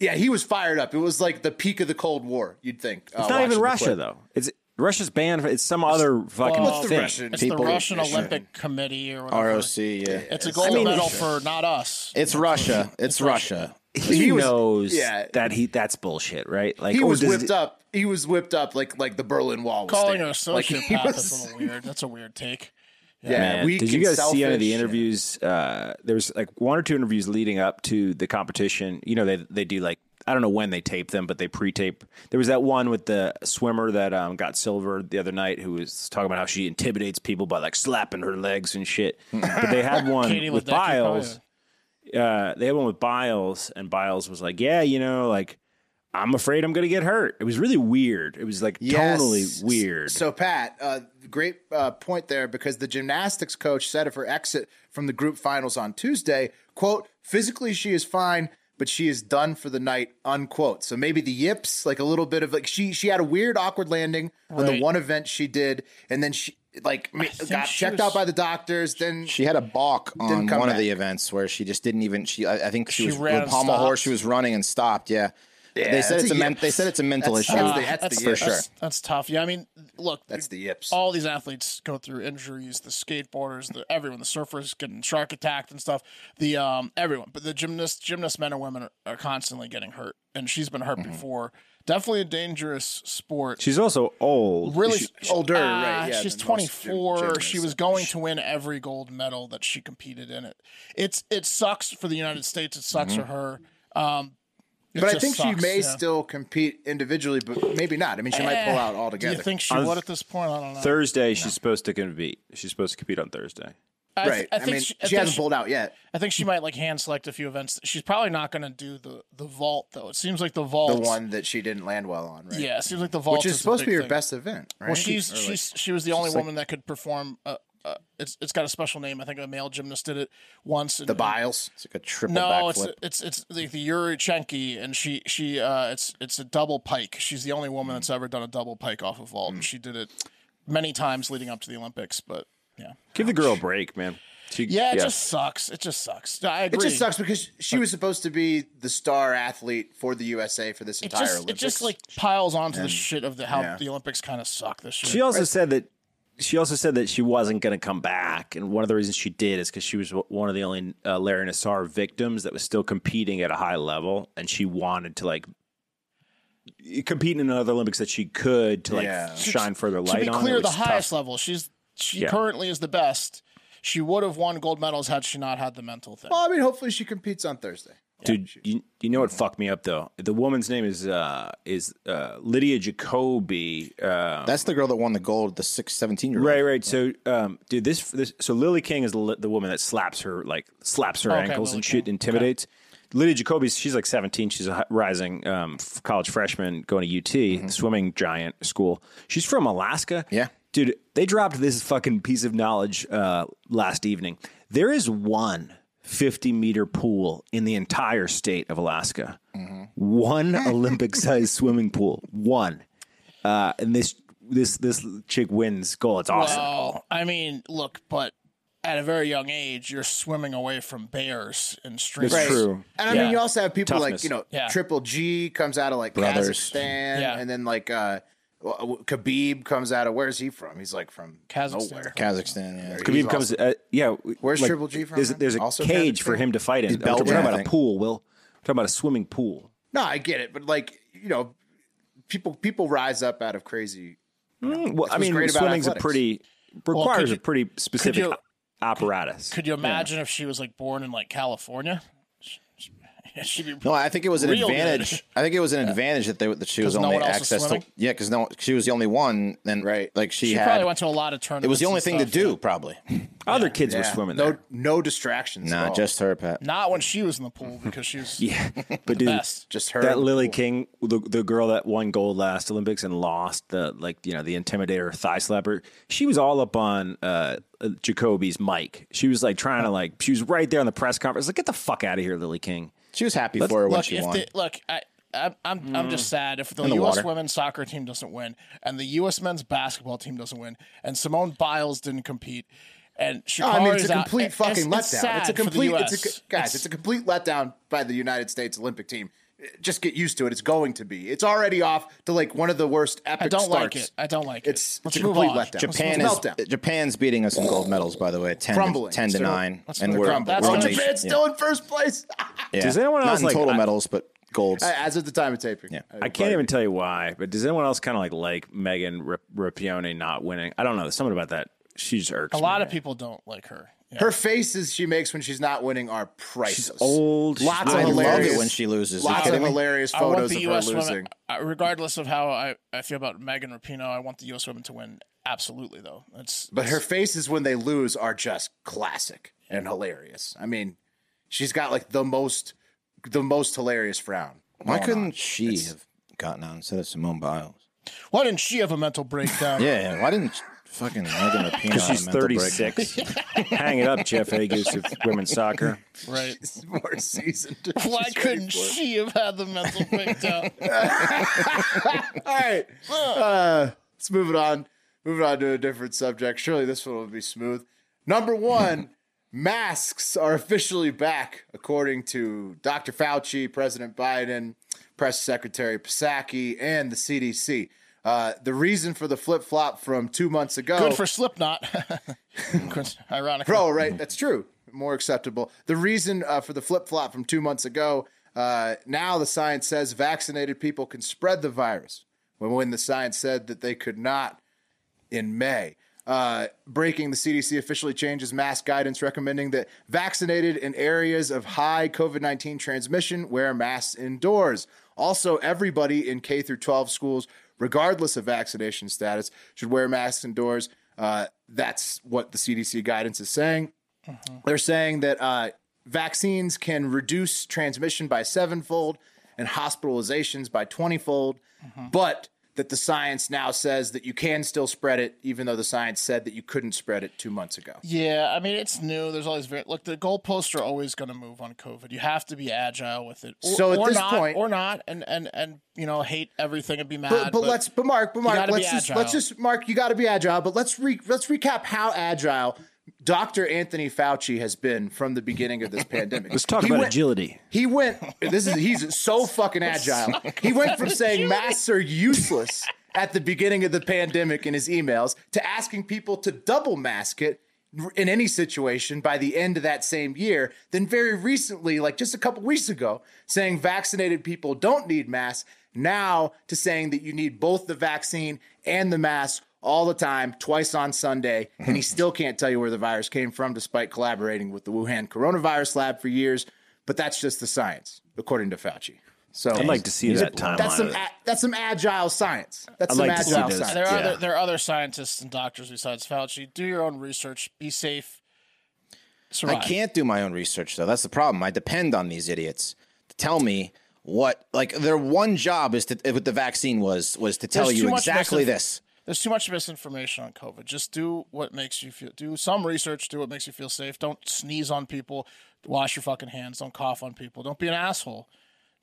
[SPEAKER 1] Yeah, he was fired up. It was like the peak of the Cold War, you'd think. Uh,
[SPEAKER 4] It's not even Russia though. It's Russia's banned. from- It's some other fucking
[SPEAKER 2] what's the
[SPEAKER 4] thing.
[SPEAKER 1] Russian-
[SPEAKER 2] It's
[SPEAKER 3] People-
[SPEAKER 2] the Russian
[SPEAKER 3] Russia.
[SPEAKER 2] Olympic Committee or whatever.
[SPEAKER 3] ROC. Yeah.
[SPEAKER 2] It's a gold
[SPEAKER 4] I mean,
[SPEAKER 2] medal
[SPEAKER 4] Russia.
[SPEAKER 2] for not us.
[SPEAKER 3] It's Russia. It's Russia.
[SPEAKER 4] He,
[SPEAKER 1] He was-
[SPEAKER 4] knows
[SPEAKER 1] yeah.
[SPEAKER 4] that he that's bullshit, right? Like
[SPEAKER 1] He
[SPEAKER 4] or
[SPEAKER 1] was
[SPEAKER 4] does
[SPEAKER 1] whipped
[SPEAKER 4] it-
[SPEAKER 1] up. He was whipped up like like the Berlin Wall. Was
[SPEAKER 2] Calling her a
[SPEAKER 1] standing. Like, [laughs] he
[SPEAKER 2] sociopath
[SPEAKER 1] was-
[SPEAKER 2] is a little weird. That's a weird take.
[SPEAKER 1] Yeah,
[SPEAKER 4] Man,
[SPEAKER 1] weak
[SPEAKER 4] did you
[SPEAKER 1] and
[SPEAKER 4] guys see any of the
[SPEAKER 1] selfish.
[SPEAKER 4] interviews? Uh, there was like one or two interviews leading up to the competition. You know, they they do like I don't know when they tape them, but they pre-tape. There was that one with the swimmer that um, got silver the other night, who was talking about how she intimidates people by like slapping her legs
[SPEAKER 1] [laughs]
[SPEAKER 4] and shit. but they had one
[SPEAKER 2] Katie
[SPEAKER 4] with
[SPEAKER 2] Ledecky, probably.
[SPEAKER 4] Biles. Uh, they had one with Biles, and Biles was like, "Yeah, you know, like I'm afraid I'm gonna get hurt." It was really weird. It was like totally
[SPEAKER 1] Yes.
[SPEAKER 4] weird.
[SPEAKER 1] So, Pat, uh, great uh, point there because the gymnastics coach said of her exit from the group finals on Tuesday, quote, physically she is fine, but she is done for the night, unquote. So maybe the yips, like a little bit of like she she had a weird awkward landing on the
[SPEAKER 2] Right.
[SPEAKER 1] one event she did, and then she like ma-
[SPEAKER 2] think
[SPEAKER 1] got
[SPEAKER 2] she
[SPEAKER 1] checked
[SPEAKER 2] was-
[SPEAKER 1] out by the doctors. Then
[SPEAKER 3] She had a balk on
[SPEAKER 1] come
[SPEAKER 3] one of
[SPEAKER 1] back.
[SPEAKER 3] the events where she just didn't even. She, I, I think she,
[SPEAKER 2] She
[SPEAKER 3] was
[SPEAKER 2] ran
[SPEAKER 3] with
[SPEAKER 2] and
[SPEAKER 3] pommel horse.
[SPEAKER 2] stopped.
[SPEAKER 3] She was running and stopped. Yeah, they said
[SPEAKER 1] that's
[SPEAKER 3] it's
[SPEAKER 1] a
[SPEAKER 3] a, men,
[SPEAKER 1] yips.
[SPEAKER 3] they said it's a mental
[SPEAKER 1] That's-
[SPEAKER 3] issue.
[SPEAKER 1] that's the- that's the
[SPEAKER 3] for
[SPEAKER 1] yips.
[SPEAKER 3] sure.
[SPEAKER 2] Ah, That's, that's tough. Yeah, I mean, look,
[SPEAKER 1] that's the yips.
[SPEAKER 2] all these athletes go through injuries. The skateboarders, the everyone, the surfers getting shark attacked and stuff. The um everyone, but the gymnast, gymnast men and women are, are constantly getting hurt, and she's been
[SPEAKER 1] Mm-hmm.
[SPEAKER 2] hurt before. Definitely a dangerous sport.
[SPEAKER 4] She's also old.
[SPEAKER 2] really
[SPEAKER 4] She-
[SPEAKER 2] she-
[SPEAKER 1] older,
[SPEAKER 2] uh,
[SPEAKER 1] right, yeah,
[SPEAKER 2] she's
[SPEAKER 1] than most gym-
[SPEAKER 2] 24.
[SPEAKER 1] gymnasts.
[SPEAKER 2] she was going to win every gold medal that she competed in. It it's it sucks for the United States. It sucks for her. Um, it
[SPEAKER 1] Mm-hmm. but I
[SPEAKER 2] just
[SPEAKER 1] think she
[SPEAKER 2] sucks,
[SPEAKER 1] may
[SPEAKER 2] yeah.
[SPEAKER 1] still compete individually, but maybe not. I mean, she might pull
[SPEAKER 2] Eh,
[SPEAKER 1] out
[SPEAKER 2] Do
[SPEAKER 1] altogether.
[SPEAKER 2] you think she
[SPEAKER 4] On
[SPEAKER 2] would at this point? I don't know.
[SPEAKER 4] Thursday, she's supposed to compete. She's supposed to compete on Thursday.
[SPEAKER 2] I, th-
[SPEAKER 1] right.
[SPEAKER 2] I
[SPEAKER 1] I,
[SPEAKER 2] think
[SPEAKER 1] mean,
[SPEAKER 2] she,
[SPEAKER 1] she,
[SPEAKER 2] I think
[SPEAKER 1] hasn't
[SPEAKER 2] she-
[SPEAKER 1] pulled out yet.
[SPEAKER 2] I think she might like hand select a few events. She's probably not going to do the the vault though. It seems like the vault.
[SPEAKER 1] The one that she didn't land well on, right?
[SPEAKER 2] Yeah, it seems like the vault
[SPEAKER 1] Which is
[SPEAKER 2] the
[SPEAKER 1] supposed to
[SPEAKER 2] big
[SPEAKER 1] be her
[SPEAKER 2] thing.
[SPEAKER 1] best event, right?
[SPEAKER 2] Well, she's she's she was the only woman that could perform. Uh, uh, it's it's got a special name. I think a male gymnast did it once. and-
[SPEAKER 1] the Biles.
[SPEAKER 3] It's like a triple
[SPEAKER 2] No, it's
[SPEAKER 3] backflip.
[SPEAKER 2] it's it's the, the Yurichenki, and she she uh, it's it's a double pike. She's the only woman
[SPEAKER 1] Mm.
[SPEAKER 2] that's ever done a double pike off of vault, and she did it many times leading up to the Olympics. But yeah,
[SPEAKER 4] Give the girl a break, man. She,
[SPEAKER 2] yeah, it just sucks. It just sucks. I
[SPEAKER 1] It
[SPEAKER 2] agree.
[SPEAKER 1] just sucks because she was supposed to be the star athlete for the USA for this
[SPEAKER 2] It
[SPEAKER 1] entire
[SPEAKER 2] just, it
[SPEAKER 1] Olympics.
[SPEAKER 2] just like piles onto the shit of the how
[SPEAKER 1] yeah.
[SPEAKER 2] the Olympics kind of suck this year.
[SPEAKER 4] She also said that she also said that she wasn't going to come back, and one of the reasons she did is because she was w- one of the only uh, Larry Nassar victims that was still competing at a high level, and she wanted to like compete in another Olympics that she could to like
[SPEAKER 1] Yeah.
[SPEAKER 4] shine further
[SPEAKER 2] to
[SPEAKER 4] light
[SPEAKER 2] be
[SPEAKER 4] on.
[SPEAKER 2] clear,
[SPEAKER 4] It
[SPEAKER 2] the
[SPEAKER 4] was
[SPEAKER 2] highest
[SPEAKER 4] tough.
[SPEAKER 2] level. She's she
[SPEAKER 4] Yeah.
[SPEAKER 2] currently is the best. She would have won gold medals had she not had the mental thing.
[SPEAKER 1] well, I mean, hopefully she competes on Thursday.
[SPEAKER 4] Dude, you, you know what fucked me up though? The woman's name is uh is uh Lydia Jacoby. Uh,
[SPEAKER 2] Oh.
[SPEAKER 3] That's the girl that won the gold. The six seventeen year old.
[SPEAKER 4] Right, right. So, um, dude, this, this so Lily King is the, li- the woman that slaps her like slaps her
[SPEAKER 2] Okay,
[SPEAKER 4] ankles
[SPEAKER 2] Lily
[SPEAKER 4] and shit,
[SPEAKER 2] King.
[SPEAKER 4] intimidates. Lydia Jacoby, she's like 17. She's a hi- rising um, f- college freshman going to UT,
[SPEAKER 2] Mm-hmm.
[SPEAKER 4] swimming giant school. She's from Alaska.
[SPEAKER 3] Yeah.
[SPEAKER 4] Dude, they dropped this fucking piece of knowledge uh, last evening. There is one 50 meter pool in the entire state of Alaska.
[SPEAKER 2] [laughs]
[SPEAKER 4] One Olympic sized swimming pool. One. Uh, and this this this chick wins gold. It's awesome.
[SPEAKER 2] Well, I mean, look, but at a very young age, you're swimming away from bears and streams.
[SPEAKER 4] That's true.
[SPEAKER 1] And I
[SPEAKER 4] Yeah.
[SPEAKER 1] mean, you also have people like
[SPEAKER 4] Toughness.
[SPEAKER 1] you know
[SPEAKER 2] Yeah.
[SPEAKER 1] Triple G comes out of like
[SPEAKER 3] Brothers.
[SPEAKER 1] Kazakhstan,
[SPEAKER 2] Yeah.
[SPEAKER 1] and then like uh, w- w- Khabib comes out of where's he from? He's like from
[SPEAKER 2] Kazakhstan.
[SPEAKER 1] nowhere.
[SPEAKER 3] Kazakhstan. Yeah.
[SPEAKER 4] Khabib comes. Uh, yeah,
[SPEAKER 1] Where's Triple G from
[SPEAKER 4] There's,
[SPEAKER 1] again?
[SPEAKER 4] there's a
[SPEAKER 1] Also
[SPEAKER 4] cage
[SPEAKER 1] Kazakhstan?
[SPEAKER 4] for him to fight in. We're
[SPEAKER 3] Belgian,
[SPEAKER 4] talking
[SPEAKER 3] I
[SPEAKER 4] about a
[SPEAKER 3] think.
[SPEAKER 4] pool. Will we're talking about a swimming pool.
[SPEAKER 1] No, I get it, but like you know, people people rise up out of crazy.
[SPEAKER 4] well, I
[SPEAKER 1] Mm, what's
[SPEAKER 4] mean,
[SPEAKER 1] great about
[SPEAKER 4] swimming's a
[SPEAKER 1] athletics.
[SPEAKER 4] pretty requires
[SPEAKER 2] could you-
[SPEAKER 4] a pretty specific
[SPEAKER 2] you-
[SPEAKER 4] apparatus.
[SPEAKER 2] Could you imagine if she was like born in like California? [laughs] She'd be
[SPEAKER 3] No, I think it was an
[SPEAKER 2] Real good.
[SPEAKER 3] advantage. I think
[SPEAKER 2] [laughs]
[SPEAKER 3] it was an advantage that, they, that she was
[SPEAKER 2] no
[SPEAKER 3] only
[SPEAKER 2] one else was
[SPEAKER 3] access to.
[SPEAKER 2] swimming?
[SPEAKER 3] Yeah, because no, she was the only one. Then right, like she,
[SPEAKER 2] she
[SPEAKER 3] had.
[SPEAKER 2] probably went to a lot of tournaments.
[SPEAKER 3] it was the
[SPEAKER 2] and
[SPEAKER 3] only thing
[SPEAKER 2] stuff,
[SPEAKER 3] to do,
[SPEAKER 2] yeah.
[SPEAKER 3] probably.
[SPEAKER 4] Other kids were
[SPEAKER 1] Yeah.
[SPEAKER 4] swimming
[SPEAKER 1] no,
[SPEAKER 4] there.
[SPEAKER 1] no distractions. at
[SPEAKER 3] Nah,
[SPEAKER 1] all.
[SPEAKER 3] Uh, just her, Pat.
[SPEAKER 2] Not when she was in the pool because
[SPEAKER 1] [laughs]
[SPEAKER 2] she was
[SPEAKER 4] Yeah, but
[SPEAKER 2] the
[SPEAKER 4] dude,
[SPEAKER 2] best.
[SPEAKER 1] just her.
[SPEAKER 4] that Lily King, the, the girl that won gold last Olympics and lost the like you know the intimidator thigh slapper, she was all up on uh, Jacoby's mic. She was like trying to like she was right there on the press conference. Like get the fuck out of here, Lily King.
[SPEAKER 3] She was happy for her when
[SPEAKER 2] look,
[SPEAKER 3] she
[SPEAKER 2] if
[SPEAKER 3] won.
[SPEAKER 2] the, look, I, I'm I'm, I'm just sad if the,
[SPEAKER 3] the
[SPEAKER 2] U.S.
[SPEAKER 3] water.
[SPEAKER 2] women's soccer team doesn't win and the U.S. men's basketball team doesn't win and Simone Biles didn't compete and
[SPEAKER 1] No,
[SPEAKER 2] Shikari's
[SPEAKER 1] Oh, I mean, it's a
[SPEAKER 2] out.
[SPEAKER 1] complete
[SPEAKER 2] It's-
[SPEAKER 1] fucking
[SPEAKER 2] it's
[SPEAKER 1] letdown.
[SPEAKER 2] sad
[SPEAKER 1] It's a
[SPEAKER 2] for the
[SPEAKER 1] complete,
[SPEAKER 2] US.
[SPEAKER 1] it's a, guys, it's, a complete letdown by the United States Olympic team. Just get used to it. It's going to be. It's already off to like one of the worst epic
[SPEAKER 2] I don't like
[SPEAKER 1] starts.
[SPEAKER 2] it. I don't like
[SPEAKER 1] It's, it's
[SPEAKER 2] it. Let's
[SPEAKER 1] a
[SPEAKER 2] move
[SPEAKER 1] complete
[SPEAKER 2] on.
[SPEAKER 1] letdown. It's
[SPEAKER 3] Japan is uh,
[SPEAKER 1] a meltdown.
[SPEAKER 3] Japan's beating us in gold medals, by the way, 10, to,
[SPEAKER 1] Crumbling.
[SPEAKER 3] 10 to
[SPEAKER 1] Still-
[SPEAKER 3] nine,
[SPEAKER 2] that's
[SPEAKER 3] and
[SPEAKER 2] gonna
[SPEAKER 3] we're,
[SPEAKER 2] crumble.
[SPEAKER 3] we're
[SPEAKER 2] That's
[SPEAKER 1] Oh,
[SPEAKER 2] gonna
[SPEAKER 3] only-
[SPEAKER 2] be-
[SPEAKER 1] Japan's
[SPEAKER 3] yeah.
[SPEAKER 1] still in first place [laughs]
[SPEAKER 3] Yeah.
[SPEAKER 4] Does anyone
[SPEAKER 3] Not
[SPEAKER 4] else,
[SPEAKER 3] in
[SPEAKER 4] like,
[SPEAKER 3] total
[SPEAKER 4] I-
[SPEAKER 3] medals, but golds?
[SPEAKER 1] as of the time of taping.
[SPEAKER 3] Yeah.
[SPEAKER 4] I can't even tell you why, but does anyone else kind of like like Megan Rap- Rapione not winning? I don't know. There's something about that. She just irks
[SPEAKER 2] A lot of people don't like her.
[SPEAKER 1] Her faces she makes when she's not winning are priceless.
[SPEAKER 4] She's old. She's
[SPEAKER 1] Lots
[SPEAKER 3] I
[SPEAKER 1] of
[SPEAKER 4] really old.
[SPEAKER 3] love
[SPEAKER 1] hilarious
[SPEAKER 3] it when she loses. Are you
[SPEAKER 1] Lots of
[SPEAKER 3] kidding me?
[SPEAKER 1] hilarious
[SPEAKER 2] I want
[SPEAKER 1] photos
[SPEAKER 2] the
[SPEAKER 1] of
[SPEAKER 2] U.S.
[SPEAKER 1] her losing.
[SPEAKER 2] women, uh, regardless of how I, I feel about Megan Rapinoe, I want the U.S. women to win. Absolutely, though. That's
[SPEAKER 1] But her faces when they lose are just classic and hilarious. I mean, she's got like the most the most hilarious frown.
[SPEAKER 3] Why
[SPEAKER 1] going
[SPEAKER 3] couldn't
[SPEAKER 1] on.
[SPEAKER 3] she have gotten out instead of Simone Biles?
[SPEAKER 2] why didn't she have a mental breakdown?
[SPEAKER 3] Yeah, yeah. Why didn't fucking Megan Rapinoe?
[SPEAKER 4] Because she's
[SPEAKER 3] have a mental breakdown?
[SPEAKER 4] 36. Hang it up, Jeff Agus of women's soccer.
[SPEAKER 2] Right.
[SPEAKER 1] She's [laughs] more seasoned?
[SPEAKER 2] Why
[SPEAKER 1] She's ready
[SPEAKER 2] couldn't
[SPEAKER 1] for it.
[SPEAKER 2] she have had the
[SPEAKER 1] [laughs]
[SPEAKER 2] mental breakdown?
[SPEAKER 1] All right. [laughs] Uh, let's move it on. Moving on to a different subject. Surely this one will be smooth. Number one, masks are officially back, according to Dr. Fauci, President Biden, Press Secretary Psaki, and the CDC. Uh, the reason for the flip flop from two months ago.
[SPEAKER 2] Good for Slipknot. [laughs] Ironically.
[SPEAKER 1] Bro, right? That's true. More acceptable. The reason uh, for the flip flop from two months ago uh, now the science says vaccinated people can spread the virus when, when the science said that they could not in May. Uh, breaking the CDC officially changes mask guidance, recommending that vaccinated in areas of high COVID 19 transmission wear masks indoors. Also, everybody in K through 12 schools, regardless of vaccination status, should wear masks indoors. Uh, that's what the CDC guidance is saying. They're saying that uh, vaccines can reduce transmission by sevenfold and hospitalizations by 20 fold, but that the science now says that you can still spread it, even though the science said that you couldn't spread it two months ago.
[SPEAKER 2] Yeah, I mean it's new. There's always very look. The goalposts are always going to move on COVID. You have to be agile with it. Or,
[SPEAKER 1] So at
[SPEAKER 2] or
[SPEAKER 1] this
[SPEAKER 2] not,
[SPEAKER 1] point-
[SPEAKER 2] or not, and and and you know hate everything and be mad.
[SPEAKER 1] But, but, let's, but Mark, but Mark,
[SPEAKER 2] gotta be
[SPEAKER 1] let's just,
[SPEAKER 2] agile.
[SPEAKER 1] let's just, Mark, you got to be agile. But let's re, let's recap how agile Dr. Anthony Fauci has been from the beginning of this
[SPEAKER 2] [laughs]
[SPEAKER 1] pandemic.
[SPEAKER 4] Let's talk
[SPEAKER 1] He
[SPEAKER 4] about
[SPEAKER 1] went-
[SPEAKER 4] agility.
[SPEAKER 1] He went. This is he's so fucking agile. He went from saying masks are useless at the beginning of the pandemic in his emails to asking people to double mask it in any situation by the end of that same year. Then very recently, like just a couple weeks ago, saying vaccinated people don't need masks. Now to saying that you need both the vaccine and the mask all the time, twice on Sunday, and he still can't tell you where the virus came from, despite collaborating with the Wuhan coronavirus lab for years. But that's just the science, according to Fauci. So
[SPEAKER 4] I'd like to see
[SPEAKER 3] he's a-
[SPEAKER 4] that timeline.
[SPEAKER 1] that's some
[SPEAKER 4] of it.
[SPEAKER 1] a, that's some agile science. That's
[SPEAKER 4] I'd
[SPEAKER 1] some
[SPEAKER 4] like to see
[SPEAKER 1] agile
[SPEAKER 4] this.
[SPEAKER 1] science.
[SPEAKER 2] there are
[SPEAKER 4] yeah.
[SPEAKER 2] other, there are other scientists and doctors besides Fauci. Do your own research. Be safe.
[SPEAKER 3] I
[SPEAKER 2] Survive.
[SPEAKER 3] can't do my own research though. That's the problem. I depend on these idiots to tell me what like their one job is to what the vaccine was was to tell
[SPEAKER 2] There's too
[SPEAKER 3] you
[SPEAKER 2] much
[SPEAKER 3] exactly
[SPEAKER 2] misinf-
[SPEAKER 3] this.
[SPEAKER 2] There's too much misinformation on COVID. Just do what makes you feel. Do some research. Do what makes you feel safe. Don't sneeze on people. Wash your fucking hands. Don't cough on people. Don't be an asshole.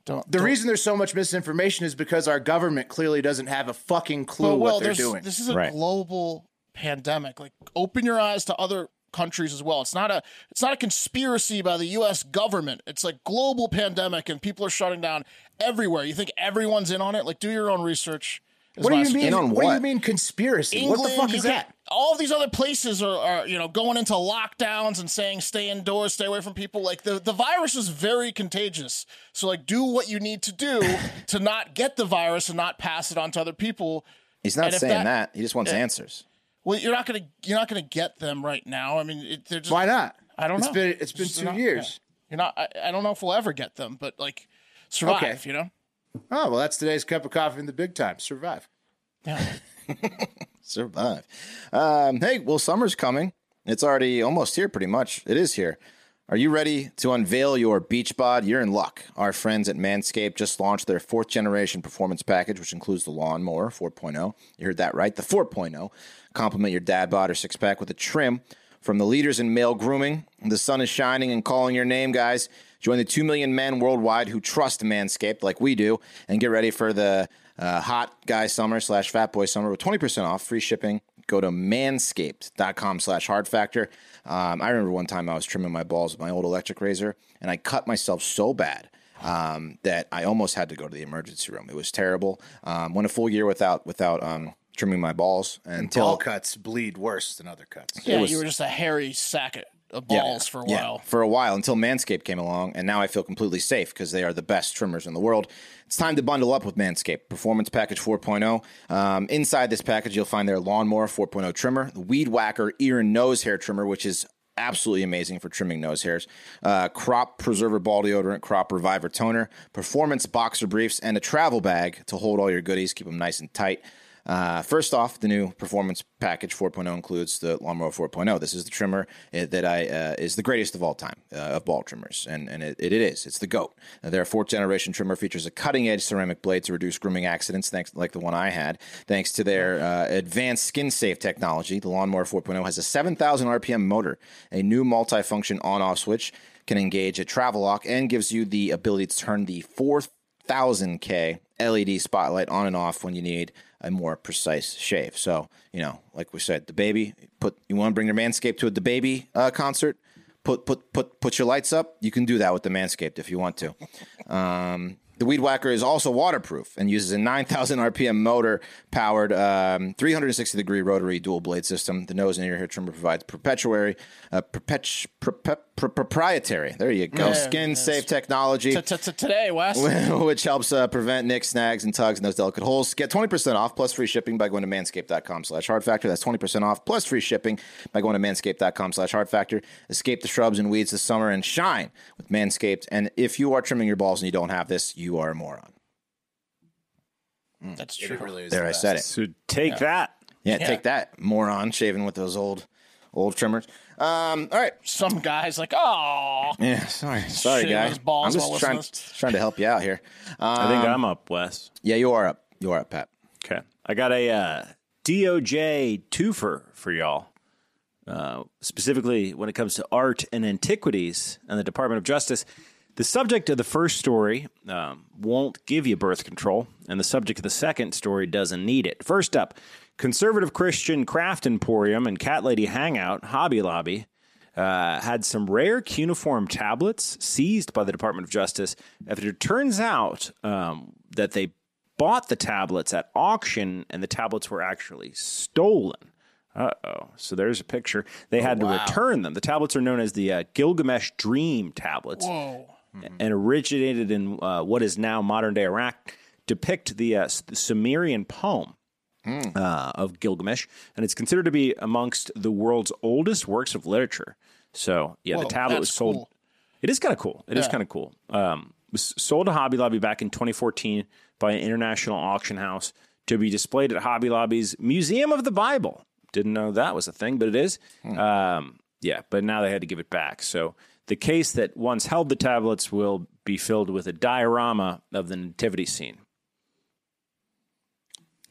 [SPEAKER 2] Don't.
[SPEAKER 1] The
[SPEAKER 2] don't-
[SPEAKER 1] reason there's so much misinformation is because our government clearly doesn't have a fucking clue
[SPEAKER 2] But well,
[SPEAKER 1] what they're
[SPEAKER 2] there's-
[SPEAKER 1] doing.
[SPEAKER 2] This is a
[SPEAKER 3] Right.
[SPEAKER 2] global pandemic. Like, open your eyes to other countries as well. It's not a it's not a conspiracy by the U.S. government. It's like global pandemic, and people are shutting down everywhere. You think everyone's in on it? Like, do your own research. is
[SPEAKER 1] what do
[SPEAKER 2] my
[SPEAKER 1] you mean?
[SPEAKER 2] suggestion.
[SPEAKER 3] on
[SPEAKER 1] What? do you
[SPEAKER 3] what?
[SPEAKER 1] mean conspiracy?
[SPEAKER 2] England,
[SPEAKER 1] what the fuck
[SPEAKER 2] you
[SPEAKER 1] is
[SPEAKER 2] can-
[SPEAKER 1] that?
[SPEAKER 2] All these other places are, are, you know, going into lockdowns and saying stay indoors, stay away from people. Like the, the virus is very contagious. So like do what you need to do to not get the virus and not pass it on to other people.
[SPEAKER 3] He's not
[SPEAKER 2] And if
[SPEAKER 3] saying
[SPEAKER 2] that-
[SPEAKER 3] that. He just wants answers.
[SPEAKER 2] Well, you're not gonna you're not gonna get them right now. I mean, it, they're just
[SPEAKER 1] Why not?
[SPEAKER 2] I don't
[SPEAKER 1] It's
[SPEAKER 2] know.
[SPEAKER 1] been it's been
[SPEAKER 2] Just
[SPEAKER 1] two
[SPEAKER 2] not-
[SPEAKER 1] years.
[SPEAKER 2] yeah. You're not. I, I don't know if we'll ever get them, but like survive.
[SPEAKER 1] Okay.
[SPEAKER 2] You know.
[SPEAKER 1] Oh well, that's today's cup of coffee in the big time. Survive. [laughs]
[SPEAKER 2] Yeah.
[SPEAKER 3] Survive. Um, hey, well, summer's coming. It's already almost here, pretty much. It is here. Are you ready to unveil your beach bod? You're in luck. Our friends at Manscaped just launched their fourth generation performance package, which includes the lawnmower 4.0. You heard that right. The 4.0. Compliment your dad bod or six pack with a trim from the leaders in male grooming. The sun is shining and calling your name, guys. Join the 2 million men worldwide who trust Manscaped like we do and get ready for the uh, hot guy summer slash fat boy summer with 20% off free shipping. Go to manscaped.com slash hard factor. Um, I remember one time I was trimming my balls with my old electric razor and I cut myself so bad um, that I almost had to go to the emergency room. It was terrible. Um, went a full year without without um, trimming my balls until
[SPEAKER 1] Ball cuts bleed worse than other cuts.
[SPEAKER 2] yeah
[SPEAKER 3] was-
[SPEAKER 2] you were just a hairy sack of- of
[SPEAKER 3] Yeah.
[SPEAKER 2] balls for a
[SPEAKER 3] Yeah,
[SPEAKER 2] while.
[SPEAKER 3] for a while until Manscaped came along, and now I feel completely safe because they are the best trimmers in the world. It's time to bundle up with Manscaped Performance Package 4.0. Um, oh inside this package, you'll find their lawnmower 4.0 trimmer, the weed whacker ear and nose hair trimmer, which is absolutely amazing for trimming nose hairs. Uh, crop preserver ball deodorant, crop reviver toner, performance boxer briefs, and a travel bag to hold all your goodies, keep them nice and tight. Uh, first off, the new performance package 4.0 includes the lawnmower 4.0. This is the trimmer uh, that I uh, is the greatest of all time uh, of ball trimmers, and and it, it is. It's the goat. Uh, their fourth generation trimmer features a cutting edge ceramic blade to reduce grooming accidents, thanks like the one I had. Thanks to their uh, advanced skin safe technology, the lawnmower 4.0 has a 7,000 RPM motor, a new multi-function on off switch, can engage a travel lock, and gives you the ability to turn the fourth thousand K LED spotlight on and off when you need a more precise shave. So, you know, like we said, the baby put you want to bring your manscaped to the baby uh, concert. Put put put put your lights up. You can do that with the manscaped if you want to. Um, the weed whacker is also waterproof and uses a 9,000 RPM motor powered um, 360 degree rotary dual blade system. The nose and ear hair trimmer provides perpetuary, uh, perpetu- perpe- pr- proprietary. There you go. Skin safe technology
[SPEAKER 2] T- t- t-
[SPEAKER 1] [laughs]
[SPEAKER 2] Today, Wes.
[SPEAKER 3] [laughs] which helps uh, prevent nicks, snags, and tugs in those delicate holes. Get 20% off plus free shipping by going to manscaped.com slash hard factor. That's 20% off plus free shipping by going to manscaped.com slash hard factor. Escape the shrubs and weeds this summer and shine with Manscaped. And if you are trimming your balls and you don't have this, you are a moron.
[SPEAKER 2] That's true.
[SPEAKER 3] There, I said it.
[SPEAKER 4] So take that.
[SPEAKER 3] Yeah, take that, moron, shaving with those old, old trimmers. Um, all right.
[SPEAKER 2] Some guys like, oh,
[SPEAKER 3] Yeah, sorry. Sorry,
[SPEAKER 2] Shaving
[SPEAKER 3] guys.
[SPEAKER 2] his balls
[SPEAKER 3] I'm
[SPEAKER 2] while
[SPEAKER 3] just trying,
[SPEAKER 2] listening to
[SPEAKER 3] trying to help you out here. Uh,
[SPEAKER 4] I think
[SPEAKER 1] Um,
[SPEAKER 4] I'm up, Wes.
[SPEAKER 3] Yeah, you are up. You are up, Pat.
[SPEAKER 4] Okay. I got a uh, DOJ twofer for y'all. Uh, specifically, when it comes to art and antiquities and the Department of Justice, the subject of the first story um, won't give you birth control, and the subject of the second story doesn't need it. First up, conservative Christian craft emporium and cat lady hangout, Hobby Lobby, uh, had some rare cuneiform tablets seized by the Department of Justice after it turns out um, that they bought the tablets at auction and the tablets were actually stolen. Uh oh. So there's a picture. They had to return them. The tablets are known as the uh, Gilgamesh Dream tablets
[SPEAKER 2] whoa.
[SPEAKER 4] and originated in uh, what is now modern day Iraq, depict the, uh, S- the Sumerian poem
[SPEAKER 2] Hmm.
[SPEAKER 4] uh, of Gilgamesh, and it's considered to be amongst the world's oldest works of literature. So, yeah,
[SPEAKER 2] Whoa,
[SPEAKER 4] the tablet was
[SPEAKER 2] that's
[SPEAKER 4] sold.
[SPEAKER 2] cool.
[SPEAKER 4] It is kind of cool. It is kind of cool. Um, was sold to Hobby Lobby back in 2014 by an international auction house to be displayed at Hobby Lobby's Museum of the Bible. Didn't know that was a thing, but it is. Um, yeah, but now they had to give it back. So the case that once held the tablets will be filled with a diorama of the nativity scene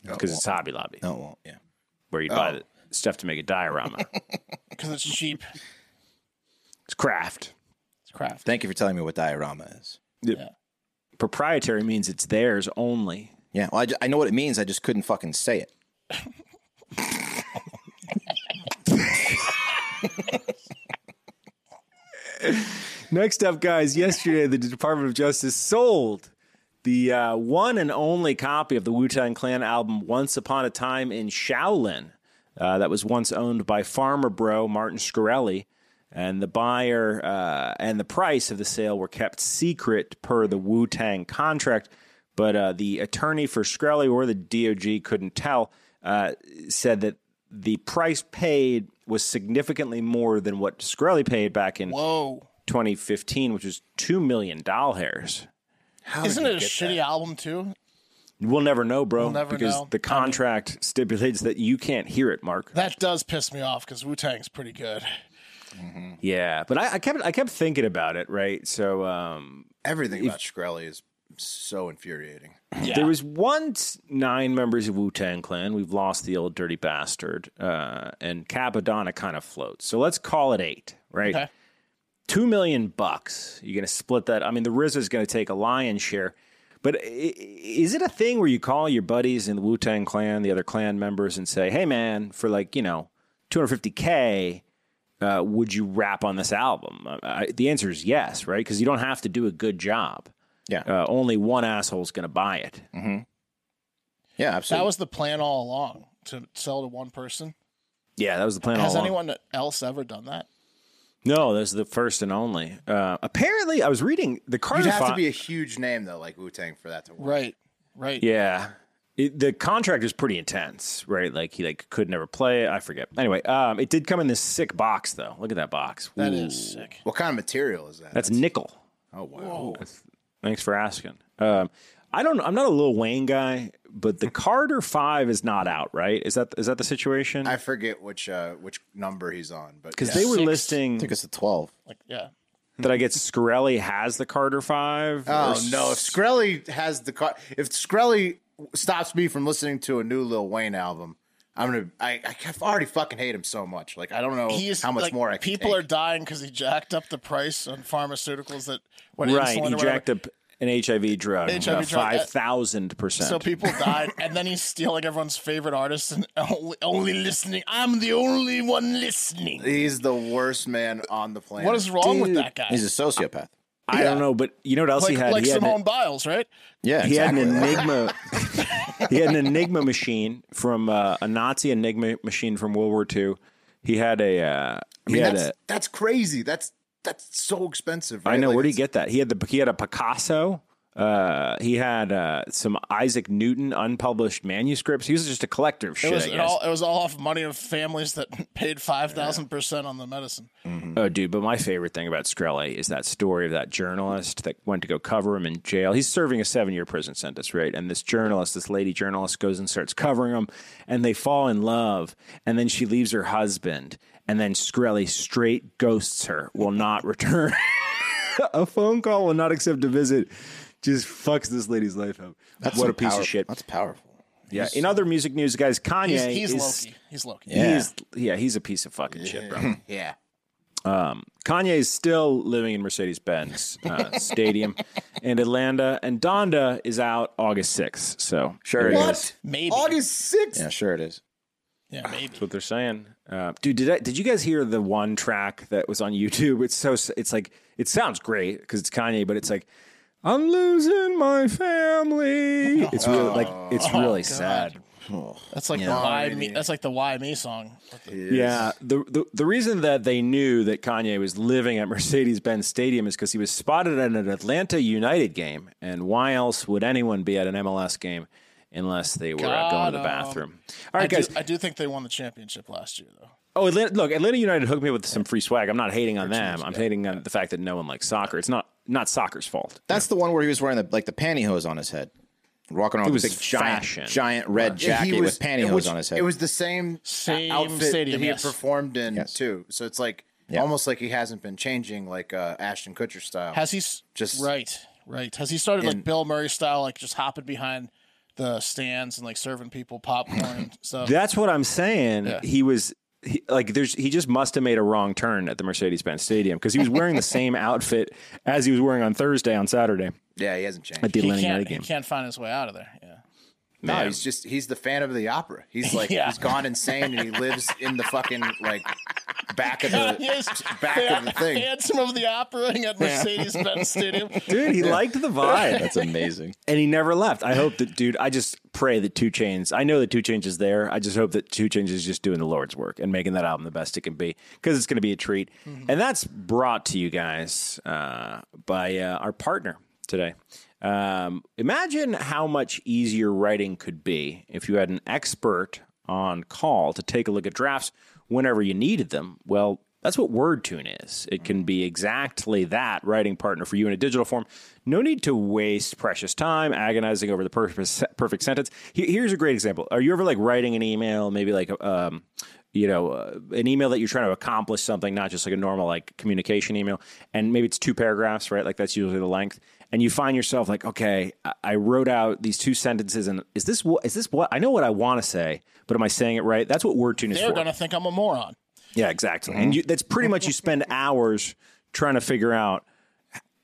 [SPEAKER 3] Oh,
[SPEAKER 4] because it's Hobby Lobby
[SPEAKER 3] No, it won't. Yeah.
[SPEAKER 4] where you buy the stuff to make a diorama.
[SPEAKER 2] Because it's cheap.
[SPEAKER 4] it's craft.
[SPEAKER 2] It's craft.
[SPEAKER 3] Thank you for telling me what diorama is.
[SPEAKER 4] Proprietary means it's theirs only.
[SPEAKER 3] Yeah, well, I, ju- I know what it means. I just couldn't fucking say it.
[SPEAKER 4] Next up, guys, yesterday the Department of Justice sold the uh, one and only copy of the Wu Tang Clan album Once Upon a Time in Shaolin uh, that was once owned by farmer bro Martin Scarelli. And the buyer uh, and the price of the sale were kept secret per the Wu Tang contract. But uh, the attorney for Scarelli or the DOG couldn't tell, uh, said that the price paid was significantly more than what Scarelli paid back in
[SPEAKER 2] Whoa.
[SPEAKER 4] 2015, which is two million doll hairs.
[SPEAKER 2] Isn't it a shitty album, too?
[SPEAKER 4] We'll never know, bro,
[SPEAKER 2] never
[SPEAKER 4] because
[SPEAKER 2] know.
[SPEAKER 4] the contract stipulates that you can't hear it, Mark.
[SPEAKER 2] That does piss me off because Wu Tang's pretty good.
[SPEAKER 4] Yeah, but I, I kept I kept thinking about it, right? So um,
[SPEAKER 1] Everything about Shkreli is so infuriating.
[SPEAKER 4] there was once nine members of Wu Tang Clan. We've lost the old dirty bastard, uh, and Capadonna kind of floats. So let's call it eight, right?
[SPEAKER 2] Okay.
[SPEAKER 4] two million bucks. You're going to split that. I mean, the RZA is going to take a lion's share. But i- i- is it a thing where you call your buddies in the Wu Tang Clan, the other clan members, and say, "Hey, man, for like you know, 250k, uh, would you rap on this album?" I, I, the answer is yes, right? Because you don't have to do a good job.
[SPEAKER 3] Yeah.
[SPEAKER 4] Uh, only one asshole's going to buy it.
[SPEAKER 3] yeah,
[SPEAKER 2] That
[SPEAKER 3] absolutely.
[SPEAKER 2] was the plan all along to sell to one person.
[SPEAKER 4] Yeah, that was the plan. all
[SPEAKER 2] Has
[SPEAKER 4] along.
[SPEAKER 2] anyone else ever done that?
[SPEAKER 4] No, that's the first and only. Uh, apparently, I was reading the Carter.
[SPEAKER 1] You'd have
[SPEAKER 4] Fi-
[SPEAKER 1] to be a huge name though, like Wu Tang, for that to work.
[SPEAKER 2] Right. Right.
[SPEAKER 4] Yeah. it, the contract was pretty intense, right? Like he like could never play. I forget. Anyway, um, it did come in this sick box though. Look at that box.
[SPEAKER 2] That
[SPEAKER 4] Ooh.
[SPEAKER 2] is sick.
[SPEAKER 1] What kind of material is that?
[SPEAKER 4] That's nickel.
[SPEAKER 1] oh wow.
[SPEAKER 4] Thanks for asking. Um, I don't. I'm not a Lil Wayne guy, but the Carter Five is not out, right? Is that is that the situation?
[SPEAKER 1] I forget which uh, which number he's on, but
[SPEAKER 4] Because
[SPEAKER 1] yeah.
[SPEAKER 4] they were
[SPEAKER 2] Six.
[SPEAKER 3] I
[SPEAKER 4] listing
[SPEAKER 3] think it's the 12.
[SPEAKER 2] Like yeah.
[SPEAKER 4] that I get Scarelli has the Carter Five. or
[SPEAKER 1] Oh no! If Skrelly has the car, if Skrelly stops me from listening to a new Lil Wayne album, I'm gonna. I, I have already fucking hate him so much. Like I don't know
[SPEAKER 2] He's
[SPEAKER 1] how much
[SPEAKER 2] like,
[SPEAKER 1] more I can
[SPEAKER 2] people
[SPEAKER 1] take.
[SPEAKER 2] are dying because he jacked up the price on pharmaceuticals that what
[SPEAKER 4] right,
[SPEAKER 2] insulin
[SPEAKER 4] he
[SPEAKER 2] or whatever.
[SPEAKER 4] jacked up an HIV drug,
[SPEAKER 2] HIV drug,
[SPEAKER 4] five thousand
[SPEAKER 2] So
[SPEAKER 4] percent.
[SPEAKER 2] people died, and then he's stealing everyone's favorite artists and only, only listening. I'm the only one listening.
[SPEAKER 1] He's the worst man on the planet.
[SPEAKER 2] What is wrong with that guy?
[SPEAKER 3] He's a sociopath.
[SPEAKER 4] I don't know, but you know what else
[SPEAKER 2] like
[SPEAKER 4] he had?
[SPEAKER 2] like
[SPEAKER 4] he had
[SPEAKER 2] Simone Biles, right?
[SPEAKER 3] Yeah,
[SPEAKER 4] he had
[SPEAKER 3] exactly.
[SPEAKER 4] an enigma
[SPEAKER 2] [laughs]
[SPEAKER 4] he had an enigma machine from uh, a nazi enigma machine from world war ii he had a uh,
[SPEAKER 1] I
[SPEAKER 4] he
[SPEAKER 1] mean,
[SPEAKER 4] had
[SPEAKER 1] that's
[SPEAKER 4] a
[SPEAKER 1] that's crazy. That's that's so expensive. Right?
[SPEAKER 4] i know
[SPEAKER 1] Like,
[SPEAKER 4] where do you get that he had the he had a picasso uh, he had uh, some Isaac Newton unpublished manuscripts. He was just a collector of
[SPEAKER 2] It
[SPEAKER 4] shit.
[SPEAKER 2] was
[SPEAKER 4] I
[SPEAKER 2] it
[SPEAKER 4] guess.
[SPEAKER 2] all it was all off money of families that [laughs] paid five thousand percent on the medicine.
[SPEAKER 4] Oh, dude! But my favorite thing about Skrelly is that story of that journalist that went to go cover him in jail. He's serving a seven-year prison sentence, right? And this journalist, this lady journalist, goes and starts covering him, and they fall in love. And then she leaves her husband, and then Skrelly straight ghosts her, will not return [laughs] a phone call, will not accept a visit. Just fucks this lady's life up.
[SPEAKER 3] That's
[SPEAKER 4] what
[SPEAKER 3] so
[SPEAKER 4] a piece
[SPEAKER 3] powerful.
[SPEAKER 4] of shit!
[SPEAKER 3] That's powerful.
[SPEAKER 4] Yeah. In other music news, guys, Kanye
[SPEAKER 2] He's, he's
[SPEAKER 4] is,
[SPEAKER 2] Loki. He's Loki.
[SPEAKER 3] Yeah.
[SPEAKER 4] He's, yeah, he's a piece of fucking shit, bro.
[SPEAKER 3] [laughs]
[SPEAKER 1] Yeah.
[SPEAKER 4] Kanye's still living in Mercedes Benz uh, Stadium in Atlanta, and Donda is out August 6th. So,
[SPEAKER 3] Sure
[SPEAKER 4] there
[SPEAKER 3] it
[SPEAKER 4] you
[SPEAKER 3] is.
[SPEAKER 4] go.
[SPEAKER 1] What?
[SPEAKER 2] Maybe.
[SPEAKER 1] August sixth.
[SPEAKER 3] Yeah, sure it is.
[SPEAKER 2] Yeah, maybe.
[SPEAKER 4] That's what they're saying. Uh, dude, did, I, did you guys hear the one track that was on YouTube? It's so, it's like, it sounds great because it's Kanye, but it's like, I'm losing my family. It's really, like, it's really sad.
[SPEAKER 2] That's like the why me. That's like the why me song.
[SPEAKER 4] Yeah, the, the the reason that they knew that Kanye was living at [laughs] Mercedes-Benz Stadium is because he was spotted at an Atlanta United game, and why else would anyone be at an MLS game unless they were uh, going to the
[SPEAKER 2] Got 'em.
[SPEAKER 4] bathroom? All
[SPEAKER 2] I,
[SPEAKER 4] right,
[SPEAKER 2] do,
[SPEAKER 4] guys.
[SPEAKER 2] I do think they won the championship last year though.
[SPEAKER 4] Oh, Atlanta, look, Atlanta United hooked me up with some free swag. I'm not hating on them. I'm hating on the fact that no one likes soccer. It's not not soccer's fault.
[SPEAKER 3] That's the one where he was wearing the like the pantyhose on his head, walking around with a
[SPEAKER 4] was
[SPEAKER 3] big giant,
[SPEAKER 4] fashion.
[SPEAKER 3] giant red jacket with pantyhose
[SPEAKER 1] which-
[SPEAKER 3] on his head.
[SPEAKER 1] It was the same,
[SPEAKER 2] Same
[SPEAKER 1] outfit
[SPEAKER 2] stadium,
[SPEAKER 1] that he
[SPEAKER 2] yes.
[SPEAKER 1] had performed in
[SPEAKER 3] Yes.
[SPEAKER 1] too. So it's like almost like he hasn't been changing, like uh, Ashton Kutcher style.
[SPEAKER 2] Has he s-
[SPEAKER 1] Just-
[SPEAKER 2] right? Right. Has he started like Bill Murray style, like just hopping behind the stands and like serving people popcorn
[SPEAKER 4] [laughs]
[SPEAKER 2] and stuff?
[SPEAKER 4] That's what I'm saying. He was he, like, there's he just must have made a wrong turn at the Mercedes-Benz Stadium because he was wearing [laughs] the same outfit as he was wearing on Thursday on Saturday.
[SPEAKER 1] yeah, he hasn't changed.
[SPEAKER 4] at the
[SPEAKER 2] he
[SPEAKER 4] Atlanta United
[SPEAKER 2] can't, he
[SPEAKER 4] game.
[SPEAKER 2] can't find his way out of there. Yeah.
[SPEAKER 4] [laughs]
[SPEAKER 1] No, he's just he's the fan of the opera.
[SPEAKER 2] [laughs]
[SPEAKER 1] He's like
[SPEAKER 2] Yeah.
[SPEAKER 1] he's gone insane and he lives in the fucking like back of
[SPEAKER 2] [laughs]
[SPEAKER 1] the
[SPEAKER 2] yes.
[SPEAKER 1] back of the thing.
[SPEAKER 2] Phantom of the Opera at Mercedes
[SPEAKER 4] [laughs]
[SPEAKER 2] Benz Stadium.
[SPEAKER 4] Dude, he liked the vibe,
[SPEAKER 1] [laughs]
[SPEAKER 3] That's amazing.
[SPEAKER 4] [laughs] and he never left. I hope that, dude. I just pray that Two Chains. I know that Two Chains is there. I just hope that Two Chains is just doing the Lord's work and making that album the best it can be because it's going to be a treat. And that's brought to you guys uh, by uh, our partner today. Um, imagine how much easier writing could be if you had an expert on call to take a look at drafts whenever you needed them. Well, that's what WordTune is. It can be exactly that writing partner for you in a digital form. No need to waste precious time agonizing over the perfect, [laughs] perfect sentence. He- Here's a great example. Are you ever like writing an email, maybe like um, you know, uh, an email that you're trying to accomplish something, not just like a normal like communication email, and maybe it's two paragraphs, right? Like that's usually the length. And you find yourself like, okay, I- I wrote out these two sentences, and is this what is this what I know what I want to say, but am I saying it right? That's what WordTune is
[SPEAKER 2] They're
[SPEAKER 4] for.
[SPEAKER 2] going to think I'm a moron.
[SPEAKER 4] Yeah, exactly. And you, that's pretty much you spend hours trying to figure out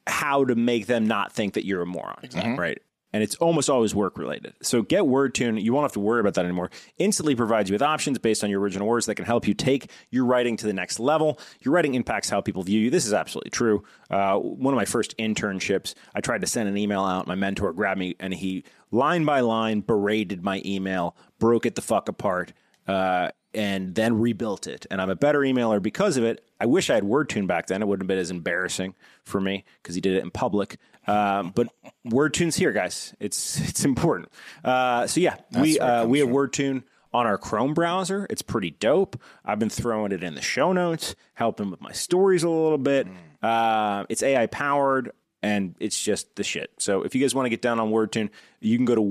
[SPEAKER 4] how to make them not think that you're a moron, right? And it's almost always work related. So get WordTune. You won't have to worry about that anymore. Instantly provides you with options based on your original words that can help you take your writing to the next level. Your writing impacts how people view you. This is absolutely true. Uh, one of my first internships, I tried to send an email out. My mentor grabbed me and he line by line berated my email, broke it the fuck apart uh, and then rebuilt it. And I'm a better emailer because of it. I wish I had WordTune back then. It wouldn't have been as embarrassing for me because he did it in public. Um, but word tunes here, guys. It's it's important. Uh, so yeah, we uh, we have word tune on our Chrome browser. It's pretty dope. I've been throwing it in the show notes, helping with my stories a little bit. Uh, it's AI powered. And it's just the shit. So if you guys want to get down on WordTune, you can go to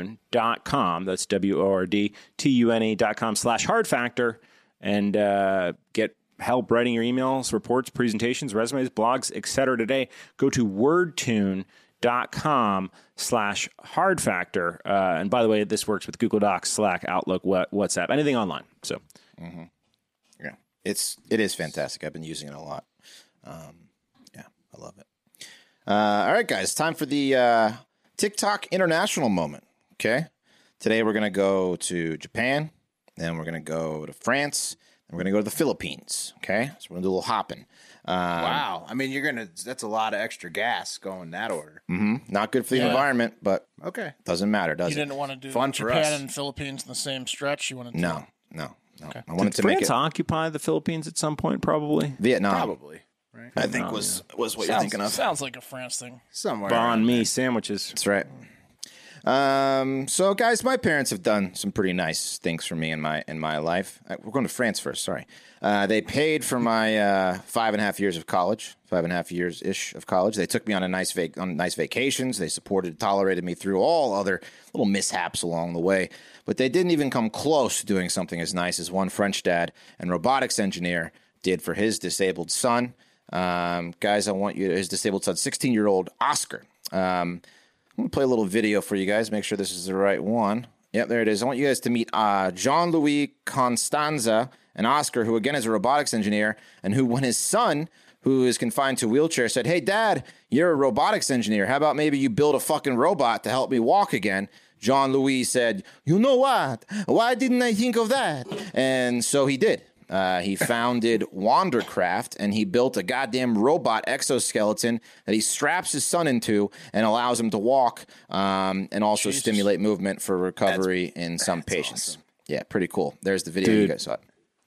[SPEAKER 4] wordtune.com. That's W O R D T U N E.com slash hard factor and uh, get help writing your emails, reports, presentations, resumes, blogs, etc. Today, go to wordtune.com slash hard factor. Uh, and by the way, this works with Google Docs, Slack, Outlook, Wha- WhatsApp, anything online. So
[SPEAKER 3] Yeah, it's it is fantastic. I've been using it a lot. Um, yeah, I love it. Uh, all right, guys, time for the uh, TikTok international moment. Okay, today we're gonna go to Japan, then we're gonna go to France, then we're gonna go to the Philippines. Okay, so we're gonna do a little hopping. Uh,
[SPEAKER 1] Wow. I mean, you're gonna. That's a lot of extra gas going that order.
[SPEAKER 3] Mm. Not good for the environment, but
[SPEAKER 1] Okay.
[SPEAKER 3] doesn't matter, does
[SPEAKER 2] You
[SPEAKER 3] it?
[SPEAKER 2] didn't want to do
[SPEAKER 1] Fun for
[SPEAKER 2] Japan
[SPEAKER 1] us.
[SPEAKER 2] and Philippines in the same stretch. You wanted to
[SPEAKER 3] No, no, no. I wanted to make
[SPEAKER 4] France
[SPEAKER 3] it
[SPEAKER 4] occupy the Philippines at some point, probably.
[SPEAKER 3] Vietnam.
[SPEAKER 1] Probably
[SPEAKER 3] I think was was what you're
[SPEAKER 2] Sounds,
[SPEAKER 3] thinking of.
[SPEAKER 2] sounds like a France thing.
[SPEAKER 1] somewhere.
[SPEAKER 4] Bon me sandwiches.
[SPEAKER 3] That's right. Um, so guys, my parents have done some pretty nice things for me in my in my life. Uh, We're going to France first. Sorry, uh, they paid for my uh, five and a half years of college, five and a half years ish of college. They took me on a nice vac- on nice vacations. They supported, tolerated me through all other little mishaps along the way. But they didn't even come close to doing something as nice as one French dad and robotics engineer did for his disabled son. Um, guys, I want you his disabled son, sixteen year old Oscar. Um, I'm gonna play a little video for you guys. Make sure this is the right one. Yep, there it is. I want you guys to meet uh, Jean Louis Constanza and Oscar, who again is a robotics engineer, and who, when his son, who is confined to a wheelchair, said, "Hey, Dad, you're a robotics engineer. How about maybe you build a fucking robot to help me walk again?" Jean Louis said, "You know what? Why didn't I think of that?" And so he did. Uh, he founded Wandercraft and he built a goddamn robot exoskeleton that he straps his son into and allows him to walk um, and also stimulate movement for recovery in some patients. Yeah, pretty cool. There's the video you
[SPEAKER 4] Dude.
[SPEAKER 3] guys saw. It.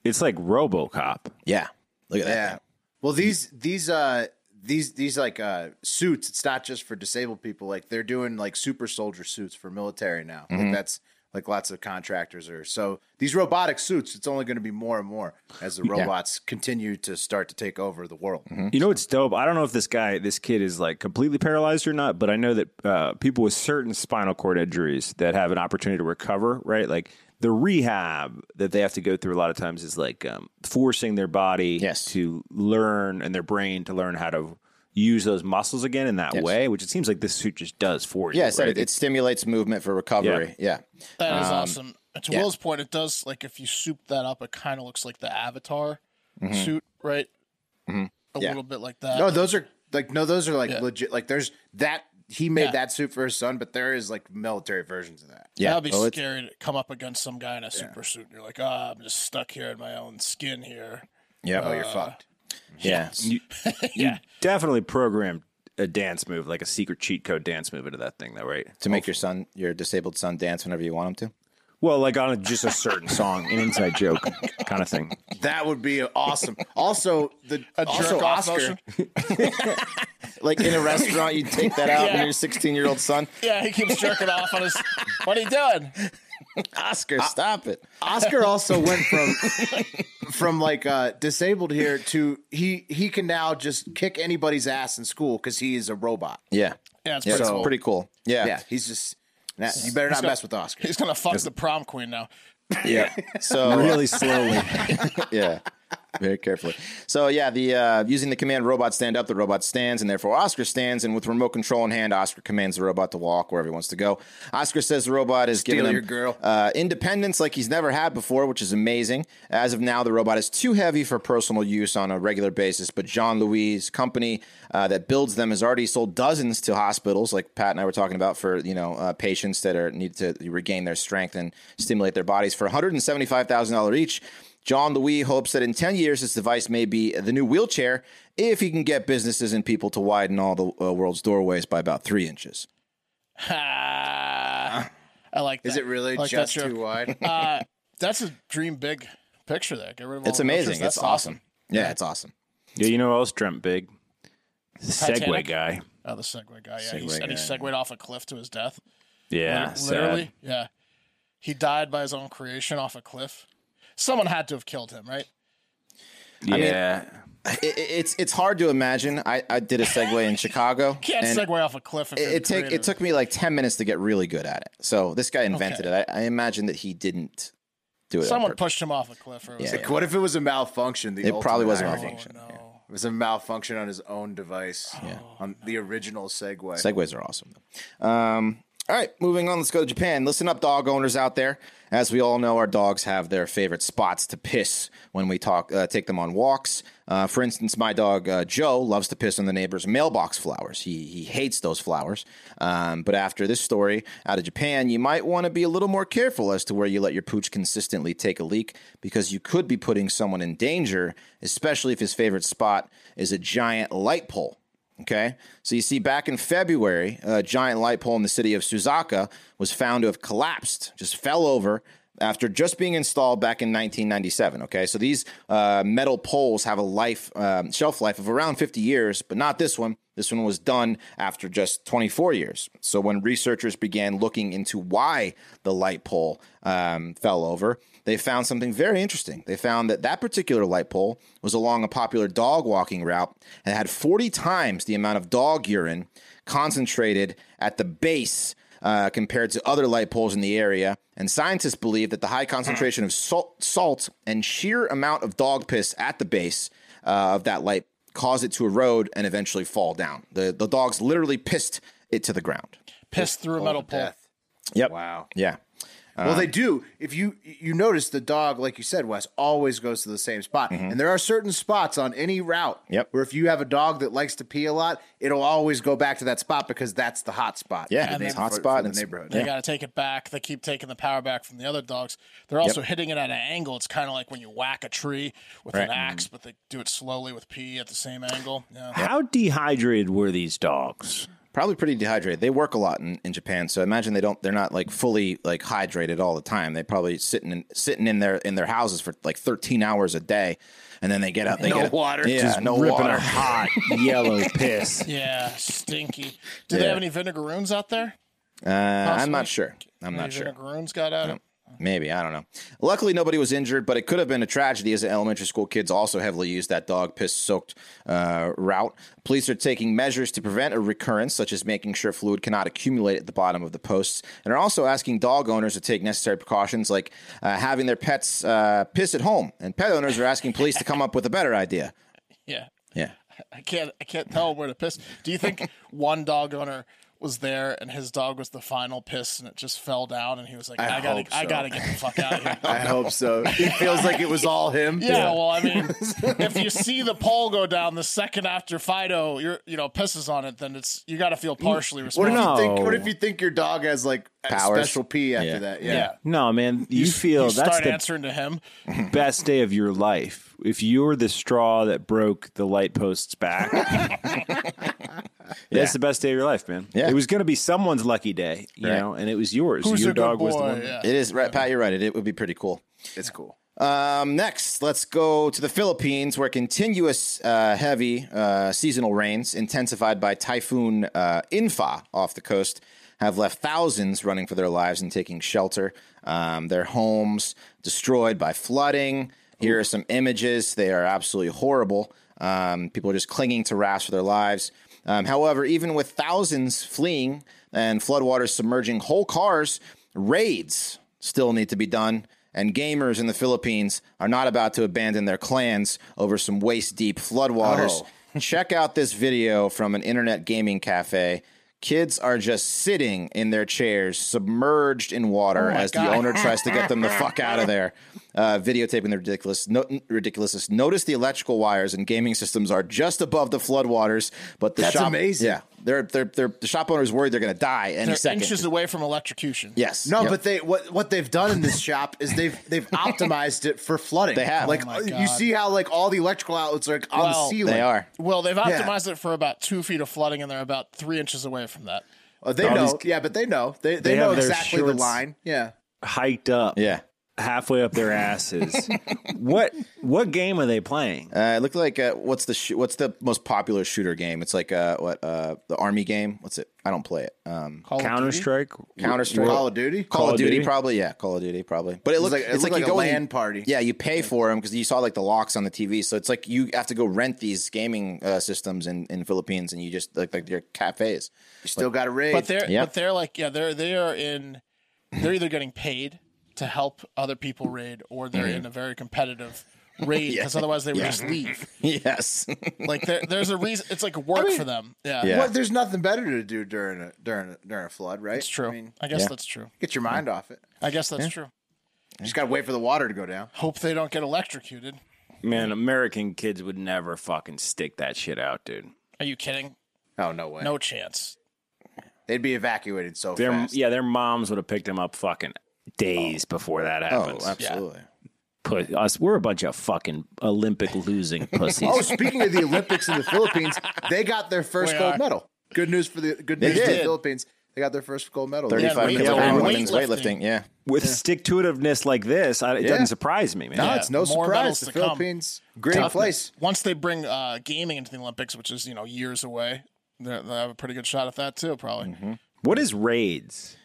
[SPEAKER 4] It's like RoboCop.
[SPEAKER 3] Yeah, look at that.
[SPEAKER 1] Yeah. Well, these these uh these these like uh suits. It's not just for disabled people. Like they're doing like super soldier suits for military now.
[SPEAKER 2] Mm-hmm.
[SPEAKER 1] Like that's like lots of contractors are. So these robotic suits. It's only going to be more and more as the robots continue to start to take over the world.
[SPEAKER 2] Mm-hmm.
[SPEAKER 4] You know what's dope? I don't know if this guy, this kid, is like completely paralyzed or not, but I know that uh, people with certain spinal cord injuries that have an opportunity to recover, right? Like the rehab that they have to go through a lot of times is like um, forcing their body
[SPEAKER 3] Yes.
[SPEAKER 4] to learn and their brain to learn how to use those muscles again in that way, which it seems like this suit just does for you.
[SPEAKER 3] Yeah, I said
[SPEAKER 4] right?
[SPEAKER 3] it, it stimulates movement for recovery. Yeah.
[SPEAKER 2] That
[SPEAKER 1] Um,
[SPEAKER 2] is awesome. And to Will's point, it does like if you soup that up, it kind of looks like the Avatar suit, right? A little bit like that.
[SPEAKER 1] Mm-hmm. No, those are like no, those are like
[SPEAKER 2] Yeah.
[SPEAKER 1] legit. Like there's that he made
[SPEAKER 2] Yeah.
[SPEAKER 1] that suit for his son, but there is like military versions of that.
[SPEAKER 3] Yeah.
[SPEAKER 2] That'd be
[SPEAKER 3] Well, it's-
[SPEAKER 2] scary to come up against some guy in a super suit. And you're like, ah, I'm just stuck here in my own skin here.
[SPEAKER 3] Yeah.
[SPEAKER 1] Oh, you're fucked.
[SPEAKER 3] yeah.
[SPEAKER 4] definitely programmed a dance move, like a secret cheat code dance move into that thing, though, right?
[SPEAKER 3] To make your son, your disabled son, dance whenever you want him to.
[SPEAKER 4] Well, like on a, just a certain song, an inside joke kind of thing.
[SPEAKER 1] That would be awesome. also, the
[SPEAKER 2] A
[SPEAKER 1] also
[SPEAKER 2] jerk off
[SPEAKER 1] Oscar.
[SPEAKER 2] motion?
[SPEAKER 3] Like in a restaurant, you take [laughs] that out and your 16 year old son,
[SPEAKER 2] Yeah, he keeps jerking off on his.
[SPEAKER 1] [laughs]
[SPEAKER 2] What are you doing?
[SPEAKER 3] [laughs] Oscar, stop it.
[SPEAKER 1] [laughs] Oscar also went from [laughs] from like uh, disabled here to he he can now just kick anybody's ass in school because he is a robot.
[SPEAKER 3] Yeah.
[SPEAKER 2] Yeah, it's
[SPEAKER 3] Yeah,
[SPEAKER 2] pretty
[SPEAKER 3] so
[SPEAKER 2] cool.
[SPEAKER 3] pretty cool. Yeah.
[SPEAKER 1] Yeah, he's just nah, you better not mess with Oscar.
[SPEAKER 2] He's gonna fuck the prom queen now.
[SPEAKER 1] [laughs]
[SPEAKER 2] [laughs]
[SPEAKER 3] Yeah. So
[SPEAKER 4] Really slowly.
[SPEAKER 3] [laughs] yeah. Very carefully. So yeah, the uh, using the command robot stand up, the robot stands, and therefore Oscar stands. And with remote control in hand, Oscar commands the robot to walk wherever he wants to go. Oscar says the robot is giving him
[SPEAKER 1] your girl.
[SPEAKER 3] Uh, independence like he's never had before, which is amazing. As of now, the robot is too heavy for personal use on a regular basis, but Jean Louis' company uh, that builds them has already sold dozens to hospitals, like Pat and I were talking about, for you know uh, patients that are need to regain their strength and stimulate their bodies for one hundred and seventy five thousand dollars each. John Louis hopes that in 10 years, this device may be the new wheelchair if he can get businesses and people to widen all the uh, world's doorways by about three inches.
[SPEAKER 2] Ah, I like. That.
[SPEAKER 1] Uh, Is it really
[SPEAKER 2] I like that
[SPEAKER 1] just
[SPEAKER 2] joke.
[SPEAKER 1] too wide?
[SPEAKER 2] Uh, [laughs] that's a dream big picture there. Get rid of all
[SPEAKER 3] It's
[SPEAKER 2] the pictures.
[SPEAKER 3] amazing.
[SPEAKER 2] Oh, That's
[SPEAKER 3] It's awesome. Yeah, it's awesome.
[SPEAKER 4] Yeah, you know who else dreamt big? The Segway
[SPEAKER 2] Titanic?
[SPEAKER 4] guy.
[SPEAKER 2] Oh Uh, the Segway guy. Yeah, he,
[SPEAKER 3] Segway
[SPEAKER 2] and he
[SPEAKER 3] guy,
[SPEAKER 2] segued off a cliff to his death.
[SPEAKER 4] Yeah,
[SPEAKER 2] Lit-
[SPEAKER 4] sad.
[SPEAKER 2] literally. Yeah, he died by his own creation off a cliff. Someone had to have killed him, right?
[SPEAKER 4] Yeah,
[SPEAKER 3] It- it- it's it's hard to imagine. I, I did a segue in Chicago.
[SPEAKER 2] [laughs] Can't
[SPEAKER 3] and
[SPEAKER 2] segue off a cliff. If
[SPEAKER 3] It,
[SPEAKER 2] you're
[SPEAKER 3] it,
[SPEAKER 2] the
[SPEAKER 3] take, it
[SPEAKER 2] creator.
[SPEAKER 3] took me like ten minutes to get really good at it. So this guy invented it. I, I imagine that he didn't do it. on
[SPEAKER 2] Someone
[SPEAKER 3] purpose.
[SPEAKER 2] pushed him off a cliff. Or it was
[SPEAKER 3] Yeah,
[SPEAKER 1] [laughs]
[SPEAKER 2] like,
[SPEAKER 1] What if it was a malfunction? The
[SPEAKER 3] It
[SPEAKER 1] ultimate
[SPEAKER 3] probably was a
[SPEAKER 1] irony.
[SPEAKER 3] malfunction.
[SPEAKER 2] oh, no.
[SPEAKER 1] It was a malfunction on his own device. Yeah. On the original Segway.
[SPEAKER 3] Segways are awesome. though. Um, all right, moving on. Let's go to Japan. Listen up, dog owners out there. As we all know, our dogs have their favorite spots to piss when we talk, uh, take them on walks. Uh, for instance, my dog uh, Joe loves to piss on the neighbor's mailbox flowers. He he hates those flowers. Um, but after this story out of Japan, you might want to be a little more careful as to where you let your pooch consistently take a leak because you could be putting someone in danger, especially if his favorite spot is a giant light pole. Okay. So you see, back in February, a giant light pole in the city of Suzaka was found to have collapsed, just fell over after just being installed back in 1997. Okay. So these uh, metal poles have a life, um, shelf life of around 50 years, but not this one. This one was done after just 24 years. So when researchers began looking into why the light pole um, fell over, they found something very interesting. They found that that particular light pole was along a popular dog walking route and had 40 times the amount of dog urine concentrated at the base uh, compared to other light poles in the area. And scientists believe that the high concentration of salt, salt and sheer amount of dog piss at the base uh, of that light cause it to erode and eventually fall down. The, the dogs literally pissed it to the ground.
[SPEAKER 2] Pissed through a metal pole.
[SPEAKER 1] Death.
[SPEAKER 3] Yep.
[SPEAKER 1] Wow.
[SPEAKER 3] Yeah.
[SPEAKER 1] Well,
[SPEAKER 3] Uh,
[SPEAKER 1] they do. If you you notice, the dog, like you said, Wes, always goes to the same spot, and there are certain spots on any route
[SPEAKER 3] Mm-hmm. Yep.
[SPEAKER 1] where if you have a dog that likes to pee a lot, it'll always go back to that spot because that's the hot spot.
[SPEAKER 3] Yeah,
[SPEAKER 1] for the
[SPEAKER 3] it's
[SPEAKER 1] neigh-
[SPEAKER 3] hot
[SPEAKER 1] for-
[SPEAKER 3] spot
[SPEAKER 1] for
[SPEAKER 3] and
[SPEAKER 1] the
[SPEAKER 3] it's-
[SPEAKER 1] neighborhood.
[SPEAKER 2] They got to take it back. They keep taking the power back from the other dogs. They're also hitting it at an angle. It's kind of like when you whack a tree with an axe, but they do it slowly with pee at the same angle. Yeah.
[SPEAKER 4] How dehydrated were these dogs?
[SPEAKER 3] Probably pretty dehydrated. They work a lot in, in Japan, so I imagine they don't. They're not like fully like hydrated all the time. They probably sitting in, sitting in their in their houses for like thirteen hours a day, and then they get up. They
[SPEAKER 1] No
[SPEAKER 3] get up-
[SPEAKER 1] water.
[SPEAKER 3] Yeah,
[SPEAKER 1] Just
[SPEAKER 3] no
[SPEAKER 4] Ripping
[SPEAKER 3] water. [laughs]
[SPEAKER 4] a hot yellow piss.
[SPEAKER 2] Yeah, stinky. Do they
[SPEAKER 3] Yeah.
[SPEAKER 2] have any vinegaroons out there?
[SPEAKER 3] Uh, I'm not
[SPEAKER 2] Possibly.
[SPEAKER 3] sure. I'm
[SPEAKER 2] Any
[SPEAKER 3] not sure.
[SPEAKER 2] Vinegaroons got out.
[SPEAKER 3] Maybe I don't know. Luckily, nobody was injured, but it could have been a tragedy as the elementary school kids also heavily used that dog piss soaked uh, route. Police are taking measures to prevent a recurrence, such as making sure fluid cannot accumulate at the bottom of the posts, and are also asking dog owners to take necessary precautions, like uh, having their pets uh, piss at home. And pet owners are asking police to come up with a better idea.
[SPEAKER 2] Yeah,
[SPEAKER 3] Yeah,
[SPEAKER 2] I can't. I can't tell where to piss. Do you think one dog owner was there and his dog was the final piss and it just fell down and he was like, I, gotta,
[SPEAKER 1] hope
[SPEAKER 2] I
[SPEAKER 1] so.
[SPEAKER 2] gotta get the fuck out of here.
[SPEAKER 1] I hope so. It feels like it was all him.
[SPEAKER 2] Yeah, well, I mean, if you see the pole go down the second after Fido, you're you know pisses on it, then it's you got to feel partially
[SPEAKER 1] What if
[SPEAKER 2] responsible.
[SPEAKER 4] No.
[SPEAKER 1] you think? What if you think your dog has like a
[SPEAKER 3] Powers.
[SPEAKER 1] special pee after
[SPEAKER 3] Yeah.
[SPEAKER 1] that?
[SPEAKER 2] Yeah.
[SPEAKER 1] Yeah.
[SPEAKER 4] No, man, you, feel
[SPEAKER 2] You
[SPEAKER 4] that's
[SPEAKER 2] start
[SPEAKER 4] the
[SPEAKER 2] answering to him.
[SPEAKER 4] best day of your life. If you're the straw that broke the light
[SPEAKER 2] [laughs]
[SPEAKER 4] post's back, that's the best day of your life, man.
[SPEAKER 3] Yeah.
[SPEAKER 4] It was going to be someone's lucky day, you
[SPEAKER 3] Right.
[SPEAKER 4] know, and it was yours.
[SPEAKER 2] Who's
[SPEAKER 4] your
[SPEAKER 2] a good
[SPEAKER 4] dog
[SPEAKER 2] boy?
[SPEAKER 4] was the one.
[SPEAKER 2] yeah.
[SPEAKER 3] it is right, Pat. You're right. It, it would be pretty cool.
[SPEAKER 1] it's cool.
[SPEAKER 3] Um, next, let's go to the Philippines, where continuous uh, heavy uh, seasonal rains, intensified by Typhoon uh, Infa off the coast, have left thousands running for their lives and taking shelter. Um, their homes destroyed by flooding. Here are some images. They are absolutely horrible. Um, people are just clinging to rafts for their lives. Um, however, even with thousands fleeing and floodwaters submerging whole cars, raids still need to be done. And gamers in the Philippines are not about to abandon their clans over some waist deep floodwaters.
[SPEAKER 1] Oh. [laughs]
[SPEAKER 3] Check out this video from an internet gaming cafe. Kids are just sitting in their chairs, submerged in
[SPEAKER 1] Oh
[SPEAKER 3] water, as the owner tries to get them the fuck out
[SPEAKER 1] [laughs]
[SPEAKER 3] of there. Uh, videotaping the ridiculous, no, ridiculousness. Notice the electrical wires and gaming systems are just above the floodwaters, but the
[SPEAKER 1] That's
[SPEAKER 3] shop,
[SPEAKER 1] amazing.
[SPEAKER 3] Yeah, they're, they're, they're, the shop owner is worried they're going to die any
[SPEAKER 2] They're
[SPEAKER 3] second.
[SPEAKER 2] inches away from electrocution.
[SPEAKER 3] yes.
[SPEAKER 1] No,
[SPEAKER 3] Yep.
[SPEAKER 1] but they what what they've done in this shop is they've they've optimized it for flooding.
[SPEAKER 3] They have.
[SPEAKER 1] like
[SPEAKER 3] Oh
[SPEAKER 2] my
[SPEAKER 1] you
[SPEAKER 2] God.
[SPEAKER 1] see how like all the electrical outlets are like, on the
[SPEAKER 2] Well,
[SPEAKER 1] ceiling.
[SPEAKER 3] they are.
[SPEAKER 2] Well, they've optimized it for about two feet of flooding, and they're about three inches away from that.
[SPEAKER 1] Oh, they
[SPEAKER 4] All
[SPEAKER 1] know.
[SPEAKER 4] these-
[SPEAKER 1] yeah, but they know. They they,
[SPEAKER 4] They
[SPEAKER 1] know
[SPEAKER 4] have their
[SPEAKER 1] exactly the
[SPEAKER 4] shorts.
[SPEAKER 1] line. Yeah.
[SPEAKER 4] Hiked up.
[SPEAKER 3] Yeah.
[SPEAKER 4] halfway up
[SPEAKER 2] [laughs]
[SPEAKER 4] their asses. what what game are they playing?
[SPEAKER 3] Uh, it looked like uh, what's the sh- what's the most popular shooter game? It's like uh, what uh, the army game. What's it? I don't play it. Um,
[SPEAKER 2] Call of
[SPEAKER 4] Counter
[SPEAKER 2] Duty?
[SPEAKER 4] Strike.
[SPEAKER 3] Counter Strike,
[SPEAKER 1] Call of Duty.
[SPEAKER 3] Call of
[SPEAKER 4] of
[SPEAKER 3] Duty,
[SPEAKER 4] Duty?
[SPEAKER 3] probably. Yeah, Call of Duty, probably. But it looks
[SPEAKER 1] like- it
[SPEAKER 3] it's like,
[SPEAKER 1] looked like
[SPEAKER 3] you
[SPEAKER 1] a
[SPEAKER 3] go and-
[SPEAKER 1] LAN party.
[SPEAKER 3] Yeah, you pay for them because you saw like the locks on the TV. So it's like you have to go rent these gaming uh, systems in in Philippines, and you just like like their cafes. [laughs]
[SPEAKER 1] You still got a raid.
[SPEAKER 2] But they're
[SPEAKER 3] Yeah.
[SPEAKER 2] but they're like yeah they're they are in they're either getting paid to help other people raid or they're in a very competitive raid because otherwise they would just leave.
[SPEAKER 3] yes,
[SPEAKER 2] Like there, there's a reason it's like work for them. Yeah,
[SPEAKER 3] Yeah.
[SPEAKER 1] Well, there's nothing better to do during a during a, during a flood, right?
[SPEAKER 2] that's true. I, guess that's true.
[SPEAKER 1] Get your mind off it.
[SPEAKER 2] I guess that's true.
[SPEAKER 1] You just got to wait for the water to go down.
[SPEAKER 2] Hope they don't get electrocuted.
[SPEAKER 4] Man, American kids would never fucking stick that shit out, dude.
[SPEAKER 2] Are you kidding?
[SPEAKER 1] Oh no way.
[SPEAKER 2] No chance.
[SPEAKER 1] They'd be evacuated so
[SPEAKER 4] Their
[SPEAKER 1] fast. Oh.
[SPEAKER 4] yeah, their moms would have picked them up fucking days before that happens.
[SPEAKER 1] absolutely.
[SPEAKER 4] Put us, we're a bunch of fucking
[SPEAKER 1] [laughs]
[SPEAKER 4] Olympic losing pussies.
[SPEAKER 1] Oh, speaking of the Olympics in the Philippines, they got their first
[SPEAKER 2] We
[SPEAKER 1] gold
[SPEAKER 2] are.
[SPEAKER 1] medal. Good news for the good news for the
[SPEAKER 3] did.
[SPEAKER 1] Philippines. They got their first gold medal.
[SPEAKER 3] thirty five
[SPEAKER 2] weightlifting.
[SPEAKER 3] kilos in
[SPEAKER 2] Yeah,
[SPEAKER 3] women's
[SPEAKER 2] weightlifting.
[SPEAKER 3] weightlifting. Yeah,
[SPEAKER 4] With stick to itiveness like this, I, it
[SPEAKER 1] Yeah.
[SPEAKER 4] doesn't surprise me, man.
[SPEAKER 1] No, it's no
[SPEAKER 2] more
[SPEAKER 1] surprise.
[SPEAKER 2] medals
[SPEAKER 1] The
[SPEAKER 2] to come.
[SPEAKER 1] Philippines, great place.
[SPEAKER 2] Once they bring uh, gaming into the Olympics, which is you know years away, they're- they have a pretty good shot at that too. Probably.
[SPEAKER 4] What is raids?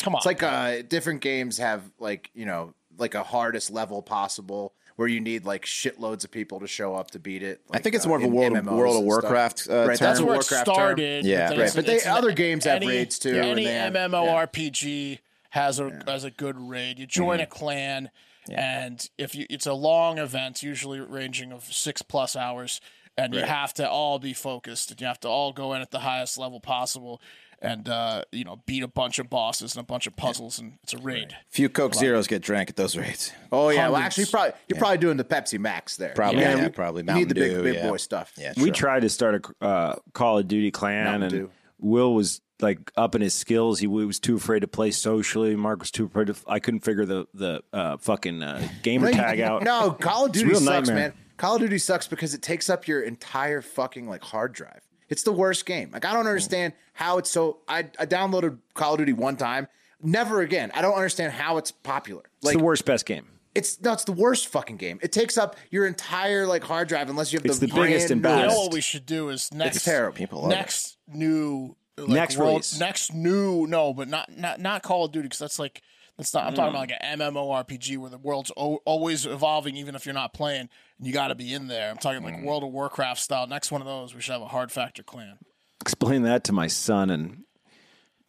[SPEAKER 2] Come on.
[SPEAKER 1] It's like uh, different games have like you know like a hardest level possible where you need like shitloads of people to show up to beat it.
[SPEAKER 3] I
[SPEAKER 1] Like,
[SPEAKER 3] think it's
[SPEAKER 1] uh,
[SPEAKER 3] more of a
[SPEAKER 1] in
[SPEAKER 3] World
[SPEAKER 1] MMOs
[SPEAKER 3] of,
[SPEAKER 1] and
[SPEAKER 3] World of
[SPEAKER 1] stuff.
[SPEAKER 3] Warcraft. Uh,
[SPEAKER 1] Right, that's
[SPEAKER 3] term.
[SPEAKER 2] that's where it
[SPEAKER 1] Warcraft term.
[SPEAKER 2] started.
[SPEAKER 3] Yeah,
[SPEAKER 2] then
[SPEAKER 3] right.
[SPEAKER 2] it's-
[SPEAKER 1] But they-
[SPEAKER 2] it's an-
[SPEAKER 1] other games have
[SPEAKER 2] any-
[SPEAKER 1] raids, too, and
[SPEAKER 2] Any
[SPEAKER 1] they have-
[SPEAKER 2] MMORPG has a has a good raid. You join
[SPEAKER 3] Mm-hmm.
[SPEAKER 2] a clan, and if you, it's a long event, usually ranging of six plus hours, and you have to all be focused, and you have to all go in at the highest level possible. And uh, you know, beat a bunch of bosses and a bunch of puzzles, and it's a raid.
[SPEAKER 3] Few Coke Zeros get drank at those rates.
[SPEAKER 1] Oh yeah, well
[SPEAKER 2] Hundreds.
[SPEAKER 1] actually, probably you're probably doing the Pepsi Max there.
[SPEAKER 3] Probably,
[SPEAKER 1] yeah,
[SPEAKER 3] yeah,
[SPEAKER 1] you-
[SPEAKER 3] probably.
[SPEAKER 1] you need the big
[SPEAKER 3] Mountain Dew,
[SPEAKER 1] big
[SPEAKER 3] yeah.
[SPEAKER 1] boy stuff. Mm-hmm.
[SPEAKER 3] Yeah,
[SPEAKER 4] We
[SPEAKER 3] sure.
[SPEAKER 4] tried to start a uh, Call of Duty clan,
[SPEAKER 1] Mountain
[SPEAKER 4] and
[SPEAKER 1] Dew.
[SPEAKER 4] Will was like up in his skills. He was too afraid to play socially. Mark was too afraid to. I couldn't figure the the uh, fucking uh, gamer tag out.
[SPEAKER 1] No, Call of
[SPEAKER 4] It's a
[SPEAKER 1] Duty
[SPEAKER 4] real
[SPEAKER 1] sucks,
[SPEAKER 4] nightmare.
[SPEAKER 1] man. Call of Duty sucks because it takes up your entire fucking like hard drive. It's the worst game. Like I don't understand how it's so. I I downloaded Call of Duty one time, never again. I don't understand how it's popular.
[SPEAKER 4] it's
[SPEAKER 1] Like
[SPEAKER 4] the worst best game.
[SPEAKER 1] it's no, it's the worst fucking game. It takes up your entire like hard drive unless you have
[SPEAKER 4] It's
[SPEAKER 1] the,
[SPEAKER 4] the biggest
[SPEAKER 1] brand
[SPEAKER 4] and
[SPEAKER 1] new-
[SPEAKER 4] baddest.
[SPEAKER 2] You know
[SPEAKER 4] Honest.
[SPEAKER 2] what we should do is next
[SPEAKER 1] terrible.
[SPEAKER 3] People love it.
[SPEAKER 2] next new like,
[SPEAKER 4] Next
[SPEAKER 2] world-
[SPEAKER 4] release.
[SPEAKER 2] next new no, but not not not Call of Duty because that's like that's not. I'm
[SPEAKER 1] Mm.
[SPEAKER 2] talking about like an MMORPG where the world's o- always evolving, even if you're not playing. And you got to be in there. I'm talking
[SPEAKER 1] Mm.
[SPEAKER 2] like World of Warcraft style. Next one of those, we should have a hard factor clan.
[SPEAKER 4] Explain that to my son and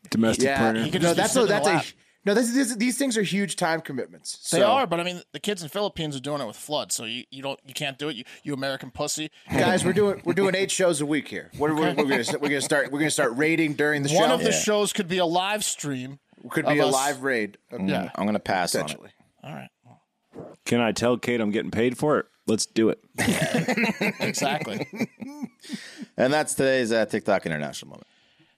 [SPEAKER 4] domestic
[SPEAKER 1] Yeah,
[SPEAKER 4] partner.
[SPEAKER 2] he could
[SPEAKER 1] no,
[SPEAKER 2] just be
[SPEAKER 1] that's
[SPEAKER 2] sitting
[SPEAKER 1] a,
[SPEAKER 2] in the
[SPEAKER 1] that's a
[SPEAKER 2] lap.
[SPEAKER 1] no. This, this, these things are huge time commitments.
[SPEAKER 2] They
[SPEAKER 1] So-
[SPEAKER 2] are, but I mean, the kids in Philippines are doing it with flood, so you, you don't you can't do it. You you
[SPEAKER 1] [laughs]
[SPEAKER 2] American pussy.
[SPEAKER 1] guys. We're doing we're doing eight shows a week here. What are we, we're gonna we're gonna start we're gonna start raiding during the show.
[SPEAKER 2] One of the shows could be a live stream.
[SPEAKER 1] could be
[SPEAKER 2] of
[SPEAKER 1] a
[SPEAKER 2] us-
[SPEAKER 1] live raid. Okay.
[SPEAKER 2] Mm-hmm. Yeah.
[SPEAKER 3] I'm gonna pass on it.
[SPEAKER 2] All right.
[SPEAKER 4] Can I tell Kate I'm getting paid for it? Let's do it.
[SPEAKER 1] [laughs]
[SPEAKER 2] Exactly.
[SPEAKER 3] And that's today's uh, TikTok International moment.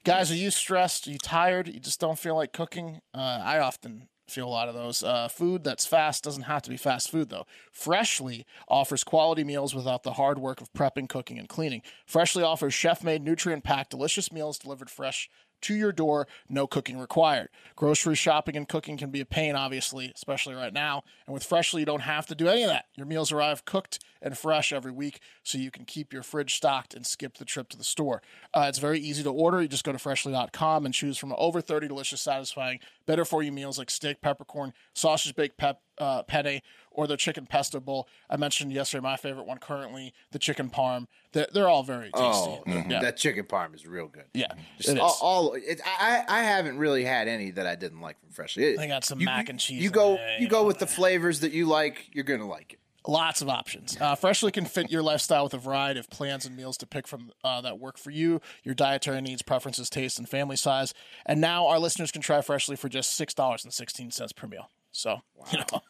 [SPEAKER 2] guys are you stressed are you tired you just don't feel like cooking uh, i often feel a lot of those uh, food that's fast doesn't have to be fast food though freshly offers quality meals without the hard work of prepping cooking and cleaning freshly offers chef-made nutrient-packed delicious meals delivered fresh to your door no cooking required grocery shopping and cooking can be a pain obviously especially right now and with freshly you don't have to do any of that your meals arrive cooked and fresh every week so you can keep your fridge stocked and skip the trip to the store uh, it's very easy to order you just go to freshly.com and choose from over 30 delicious satisfying better for you meals like steak peppercorn sausage baked pep, uh, penne or their chicken pesto bowl i mentioned yesterday my favorite one currently the chicken parm they're, they're all very tasty
[SPEAKER 1] Oh,
[SPEAKER 2] mm-hmm. yeah,
[SPEAKER 1] that chicken parm is real good.
[SPEAKER 2] yeah
[SPEAKER 1] Just
[SPEAKER 2] it is.
[SPEAKER 1] all, all it, I I I haven't really had any that I didn't like from Freshly. It-
[SPEAKER 2] They got some
[SPEAKER 1] you-
[SPEAKER 2] mac
[SPEAKER 1] you-
[SPEAKER 2] and cheese
[SPEAKER 1] You
[SPEAKER 2] in
[SPEAKER 1] go
[SPEAKER 2] there,
[SPEAKER 1] you
[SPEAKER 2] you
[SPEAKER 1] go with the flavors that you like. You're gonna like it.
[SPEAKER 2] lots of options. Uh, Freshly can fit your lifestyle with a variety of plans and meals to pick from uh, that work for you, your dietary needs, preferences, taste, and family size. And now our listeners can try Freshly for just six dollars and sixteen cents per meal. So, you know,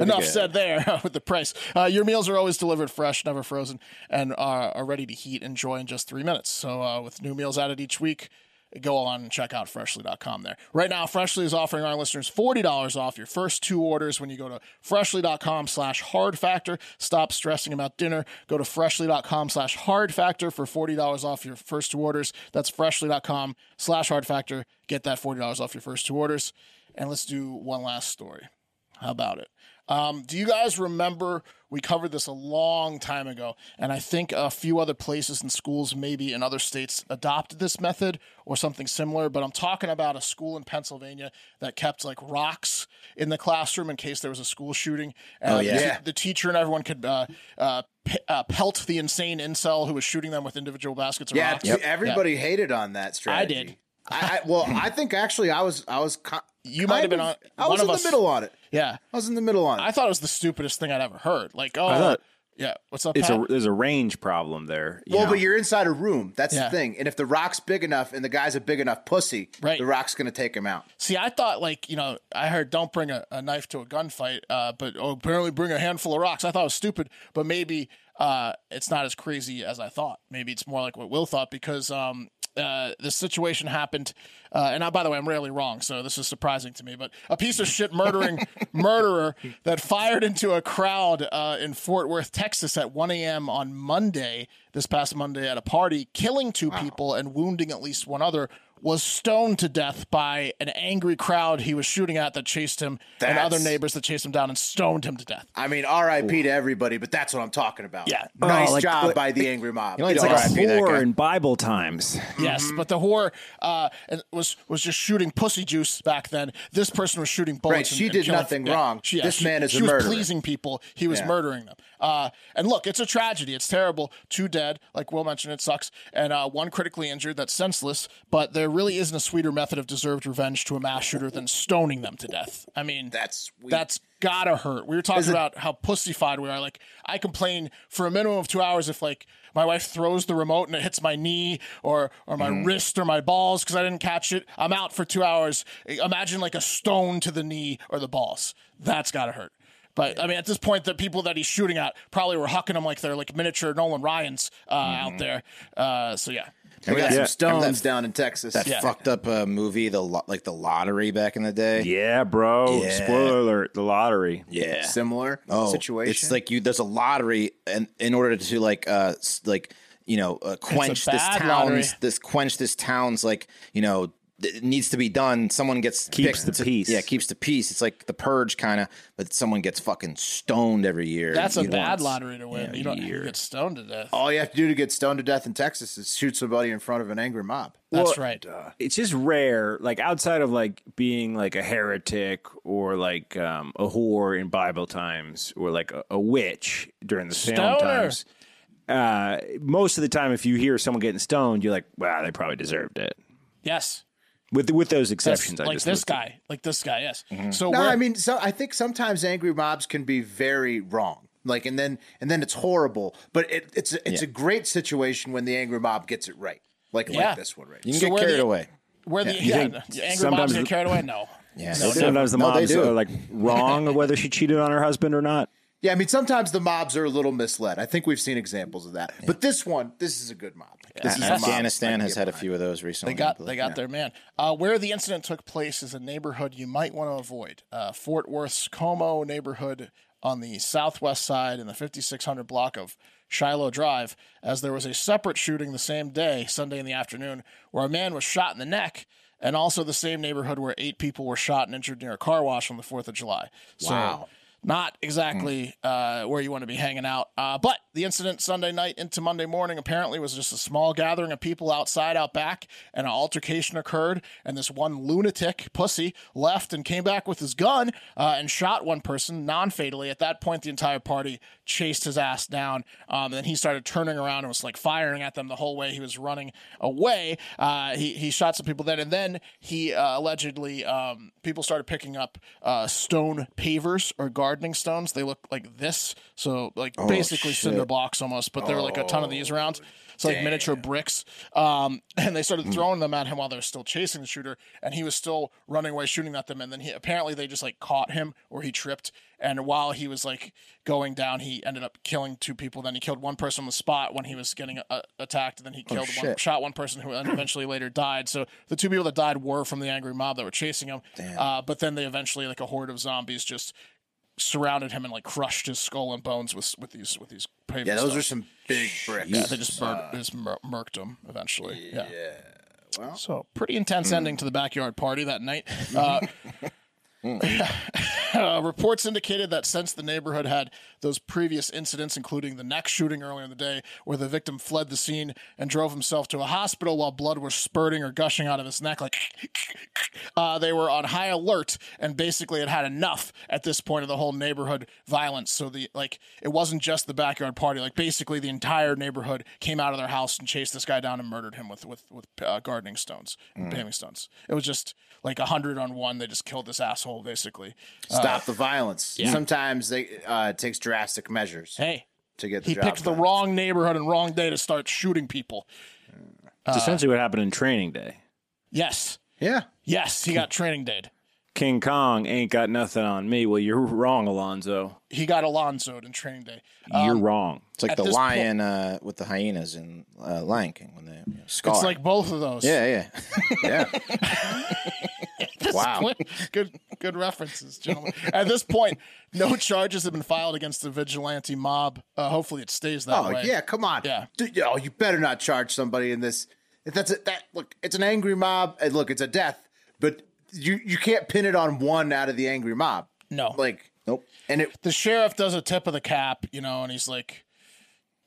[SPEAKER 2] enough said there [laughs] with the price. Uh, your meals are always delivered fresh, never frozen, and are, are ready to heat and enjoy in just three minutes. So, uh, with new meals added each week, go on and check out freshly.com there. Right now, Freshly is offering our listeners $40 off your first two orders when you go to freshly.com slash hard factor. Stop stressing about dinner. Go to freshly.com slash hard factor for $40 off your first two orders. That's freshly.com slash hard factor. Get that $40 off your first two orders. And let's do one last story. How about it? Um, do you guys remember we covered this a long time ago, and I think a few other places and schools, maybe in other states, adopted this method or something similar. But I'm talking about a school in Pennsylvania that kept like rocks in the classroom in case there was a school shooting. And oh,
[SPEAKER 1] yeah.
[SPEAKER 2] the teacher and everyone could uh, uh, pe- uh, pelt the insane incel who was shooting them with individual baskets of
[SPEAKER 1] Yeah,
[SPEAKER 2] rocks.
[SPEAKER 1] dude, everybody hated on that strategy.
[SPEAKER 2] did.
[SPEAKER 1] I, I well, I think actually I was I was co-
[SPEAKER 2] You might have been
[SPEAKER 1] kind of-
[SPEAKER 2] on
[SPEAKER 1] I was
[SPEAKER 2] one
[SPEAKER 1] in
[SPEAKER 2] of
[SPEAKER 1] the
[SPEAKER 2] us.
[SPEAKER 1] middle on it.
[SPEAKER 2] Yeah.
[SPEAKER 1] I was in the middle on it.
[SPEAKER 2] I thought it was the stupidest thing I'd ever heard. Like, oh,
[SPEAKER 4] thought-
[SPEAKER 2] yeah, what's up?
[SPEAKER 4] It's
[SPEAKER 2] [laughs] Pat?
[SPEAKER 4] a there's a range problem there. you
[SPEAKER 1] well,
[SPEAKER 4] know.
[SPEAKER 1] but you're inside a room. That's
[SPEAKER 2] Yeah.
[SPEAKER 1] the thing. And if the rock's big enough and the guy's a big enough pussy,
[SPEAKER 2] Right.
[SPEAKER 1] the rock's going to take him out.
[SPEAKER 2] See, I thought like you know, I heard don't bring a, a knife to a gunfight, uh, but oh, apparently bring a handful of rocks. I thought it was stupid, but maybe uh, it's not as crazy as I thought. Maybe it's more like what Will thought because um, uh, this situation happened, uh, and I, by the way, I'm rarely wrong, so this is surprising to me. But a piece of shit murdering murderer that fired into a crowd uh, in Fort Worth, Texas, at 1 a.m. on Monday, this past Monday, at a party, killing two people and wounding at least one other was stoned to death by an angry crowd he was shooting at that chased him and
[SPEAKER 1] That's-
[SPEAKER 2] other neighbors that chased him down and stoned him to death.
[SPEAKER 1] I mean, R.I.P. to everybody, but that's what I'm talking about.
[SPEAKER 2] Yeah.
[SPEAKER 1] nice
[SPEAKER 4] Oh, like-
[SPEAKER 1] job
[SPEAKER 4] like-
[SPEAKER 1] by the angry mob.
[SPEAKER 3] know, you
[SPEAKER 1] It's
[SPEAKER 3] don't
[SPEAKER 1] like a
[SPEAKER 3] RIP that
[SPEAKER 4] War
[SPEAKER 3] guy.
[SPEAKER 4] in Bible times.
[SPEAKER 1] Mm-hmm.
[SPEAKER 2] Yes, but the whore uh, and- was was just shooting pussy juice back then. This person was shooting bullets.
[SPEAKER 1] Right, she
[SPEAKER 2] and- and
[SPEAKER 1] did
[SPEAKER 2] killing-
[SPEAKER 1] nothing wrong. This man is
[SPEAKER 2] she
[SPEAKER 1] a
[SPEAKER 2] was
[SPEAKER 1] murderer.
[SPEAKER 2] pleasing people. He was murdering them. Uh, and look, it's a tragedy. It's terrible. Two dead, like Will mentioned, it sucks, and uh, one critically injured. That's senseless. But there really isn't a sweeter method of deserved revenge to a mass shooter than stoning them to death. I mean,
[SPEAKER 1] That's sweet.
[SPEAKER 2] that's gotta hurt. We were talking about how pussyfied we are. Like I complain for a minimum of two hours if like my wife throws the remote and it hits my knee or or my wrist or my balls because I didn't catch it. I'm out for two hours. Imagine like a stone to the knee or the balls. That's gotta hurt. But I mean, at this point, the people that he's shooting at probably were hucking him like they're like miniature Nolan Ryan's uh, out there. Uh, so yeah,
[SPEAKER 1] We got
[SPEAKER 4] Yeah.
[SPEAKER 1] some stones down in Texas.
[SPEAKER 2] Yeah.
[SPEAKER 3] Fucked up uh, movie, the lo- like the lottery back in the day.
[SPEAKER 4] Yeah, bro. Spoiler alert: the lottery.
[SPEAKER 3] Yeah.
[SPEAKER 1] Similar
[SPEAKER 3] Oh,
[SPEAKER 1] situation.
[SPEAKER 3] It's like you. There's a lottery, and in order to like, uh, s- like you know, uh, quench this
[SPEAKER 2] bad
[SPEAKER 3] town's
[SPEAKER 2] lottery.
[SPEAKER 3] this quench this town's like you know th- it needs to be done. Someone gets
[SPEAKER 4] Keeps
[SPEAKER 3] picked
[SPEAKER 4] the
[SPEAKER 3] to-
[SPEAKER 4] peace.
[SPEAKER 3] Yeah, keeps the peace. It's like the purge kind of, but someone gets fucking stoned every year.
[SPEAKER 2] that's a
[SPEAKER 3] You
[SPEAKER 2] bad
[SPEAKER 3] don't-
[SPEAKER 2] lottery to win. you don't you get stoned to death.
[SPEAKER 1] all you have to do to get stoned to death in Texas is shoot somebody in front of an angry mob.
[SPEAKER 2] That's right.
[SPEAKER 4] It's just rare, like outside of like being like a heretic or like um, a whore in Bible times or like a, a witch during the Salem
[SPEAKER 2] Stoner.
[SPEAKER 4] times. Uh, most of the time, if you hear someone getting stoned, you're like, "Wow, they probably deserved it."
[SPEAKER 2] Yes.
[SPEAKER 4] With with those
[SPEAKER 2] That's
[SPEAKER 4] exceptions, I
[SPEAKER 2] like
[SPEAKER 4] just
[SPEAKER 2] this
[SPEAKER 4] listed.
[SPEAKER 2] guy, like this guy, yes. So
[SPEAKER 1] Mm-hmm. No,
[SPEAKER 2] we're-
[SPEAKER 1] I mean, so I think sometimes angry mobs can be very wrong. Like, and then and then it's horrible. But it, it's a- it's a great situation when the angry mob gets it right, like
[SPEAKER 2] Yeah.
[SPEAKER 1] like this one right.
[SPEAKER 3] You can
[SPEAKER 2] So
[SPEAKER 3] get
[SPEAKER 2] where
[SPEAKER 3] carried
[SPEAKER 2] the-
[SPEAKER 3] away.
[SPEAKER 2] where the yeah,
[SPEAKER 4] think
[SPEAKER 2] no, the angry
[SPEAKER 4] sometimes
[SPEAKER 2] moms get
[SPEAKER 4] the-
[SPEAKER 2] carried away? No.
[SPEAKER 3] Yeah,
[SPEAKER 2] No,
[SPEAKER 3] they do.
[SPEAKER 4] Sometimes the
[SPEAKER 3] No, they
[SPEAKER 4] moms
[SPEAKER 3] do.
[SPEAKER 4] are [laughs] like wrong of whether she cheated on her husband or not.
[SPEAKER 1] Yeah, I mean, sometimes the mobs are a little misled. I think we've seen examples of that. But this one, this is a good mob. This is a mob I
[SPEAKER 3] Afghanistan
[SPEAKER 1] can
[SPEAKER 3] has
[SPEAKER 1] get
[SPEAKER 3] had a
[SPEAKER 1] behind.
[SPEAKER 3] few of those recently.
[SPEAKER 2] They got they got their man. Uh, where the incident took place is a neighborhood you might want to avoid. Uh, Fort Worth's Como neighborhood on the southwest side in the 5600 block of Shiloh Drive, as there was a separate shooting the same day, Sunday in the afternoon, where a man was shot in the neck, and also the same neighborhood where eight people were shot and injured near a car wash on the 4th of July. So,
[SPEAKER 1] Wow.
[SPEAKER 2] not exactly uh, where you want to be hanging out. Uh, but the incident Sunday night into Monday morning apparently was just a small gathering of people outside out back, and an altercation occurred. And this one lunatic pussy left and came back with his gun uh, and shot one person non fatally. At that point, the entire party chased his ass down. Um, then he started turning around and was like firing at them the whole way he was running away. Uh, he, he shot some people then, and then he uh, allegedly um, people started picking up uh, stone pavers or gardening stones. They look like this, so like basically cinder blocks almost, but there were like a ton of these around. It's like miniature bricks, um, [laughs] and they started throwing them at him while they were still chasing the shooter, and he was still running away, shooting at them. And then he apparently they just like caught him or he tripped, and while he was like going down, he ended up killing two people. Then he killed one person on the spot when he was getting uh, attacked, and then he killed one, shot one person who eventually later died. So the two people that died were from the angry mob that were chasing him. Uh, but then they eventually, like a horde of zombies, just surrounded him and like crushed his skull and bones with with these with these pavement
[SPEAKER 1] Yeah, those are
[SPEAKER 2] stones.
[SPEAKER 1] some big bricks.
[SPEAKER 2] Yeah, they just burned, they just mur- murked him eventually. Yeah. Well,
[SPEAKER 1] Hmm. [laughs]
[SPEAKER 2] so pretty intense ending to the backyard party that night. Uh, Uh, reports indicated that since the neighborhood had those previous incidents, including the next shooting earlier in the day, where the victim fled the scene and drove himself to a hospital while blood was spurting or gushing out of his neck, like [laughs] uh, they were on high alert and basically had had enough at this point of the whole neighborhood violence. So the like it wasn't just the backyard party; like basically the entire neighborhood came out of their house and chased this guy down and murdered him with with with uh, gardening stones and pamming stones. It was just like a hundred on one. They just killed this asshole basically.
[SPEAKER 1] Stop the violence. Sometimes they uh, it takes drastic measures
[SPEAKER 2] Hey,
[SPEAKER 1] to get the
[SPEAKER 2] he
[SPEAKER 1] job
[SPEAKER 2] picked the
[SPEAKER 1] done.
[SPEAKER 2] wrong neighborhood and wrong day to start shooting people. Uh.
[SPEAKER 4] It's essentially what happened in Training Day.
[SPEAKER 2] Yes,
[SPEAKER 1] Yeah.
[SPEAKER 2] yes,
[SPEAKER 1] [laughs]
[SPEAKER 2] he got training dayed.
[SPEAKER 4] King Kong ain't got nothing on me. Well, you're wrong, Alonzo.
[SPEAKER 2] He got Alonzoed in training day. Um,
[SPEAKER 4] you're wrong.
[SPEAKER 3] It's like
[SPEAKER 2] At
[SPEAKER 3] the
[SPEAKER 2] this
[SPEAKER 3] lion uh, with the hyenas in uh, Lion King when they you know, scar.
[SPEAKER 2] It's like both of those. [laughs]
[SPEAKER 3] yeah, yeah. [laughs]
[SPEAKER 1] Yeah. wow.
[SPEAKER 2] good good references, gentlemen. At this point, no [laughs] charges have been filed against the vigilante mob. Uh, hopefully, it stays that
[SPEAKER 1] Oh
[SPEAKER 2] way.
[SPEAKER 1] yeah, come on.
[SPEAKER 2] Yeah.
[SPEAKER 1] Dude, oh, you better not charge somebody in this. If that's a, that look, it's an angry mob. And look, it's a death, but you you can't pin it on one out of the angry mob.
[SPEAKER 2] No.
[SPEAKER 1] Like
[SPEAKER 3] Nope.
[SPEAKER 1] and it
[SPEAKER 2] the sheriff does a tip of the cap, you know, and he's like,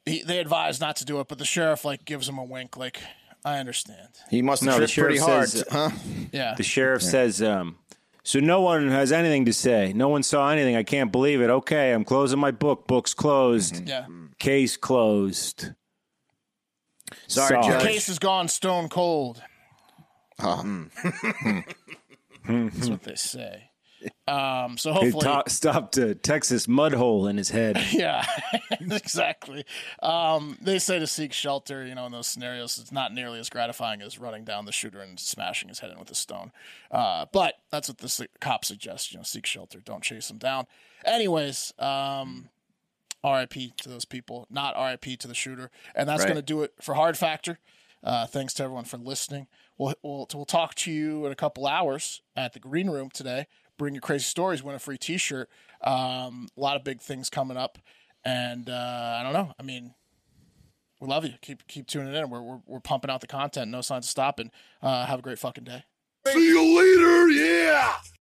[SPEAKER 2] he, they advise not to do it, but the sheriff like gives him a wink, like, I understand.
[SPEAKER 3] He must have
[SPEAKER 4] No, the
[SPEAKER 3] tripped pretty hard,
[SPEAKER 4] sheriff says-
[SPEAKER 3] huh?
[SPEAKER 2] Yeah.
[SPEAKER 3] [laughs]
[SPEAKER 4] The sheriff says, um, so no one has anything to say. No one saw anything. I can't believe it. Okay, I'm closing my book. Book's closed.
[SPEAKER 2] yeah.
[SPEAKER 1] Mm.
[SPEAKER 4] Case closed.
[SPEAKER 3] Sorry,
[SPEAKER 4] Sorry.
[SPEAKER 3] Judge.
[SPEAKER 2] Case has gone stone cold. Hmm. [laughs] That's what they say. Um, so
[SPEAKER 4] He
[SPEAKER 2] hopefully,
[SPEAKER 4] to- stopped a Texas mud hole in his head.
[SPEAKER 2] [laughs] Yeah, [laughs] exactly. Um, they say to seek shelter, you know, in those scenarios, it's not nearly as gratifying as running down the shooter and smashing his head in with a stone. Uh, but that's what the su- cop suggests, you know, seek shelter, don't chase him down. Anyways, um, RIP to those people, not RIP to the shooter. And that's going to do it for Hard Factor. Uh, thanks to everyone for listening. We'll, we'll, we'll talk to you in a couple hours at the Green Room today. Bring your crazy stories, win a free t shirt. Um, a lot of big things coming up. And uh, I don't know. I mean, we love you. Keep keep tuning in. We're, we're, we're pumping out the content. No signs of stopping. Uh, have a great fucking day.
[SPEAKER 6] See you later, yeah!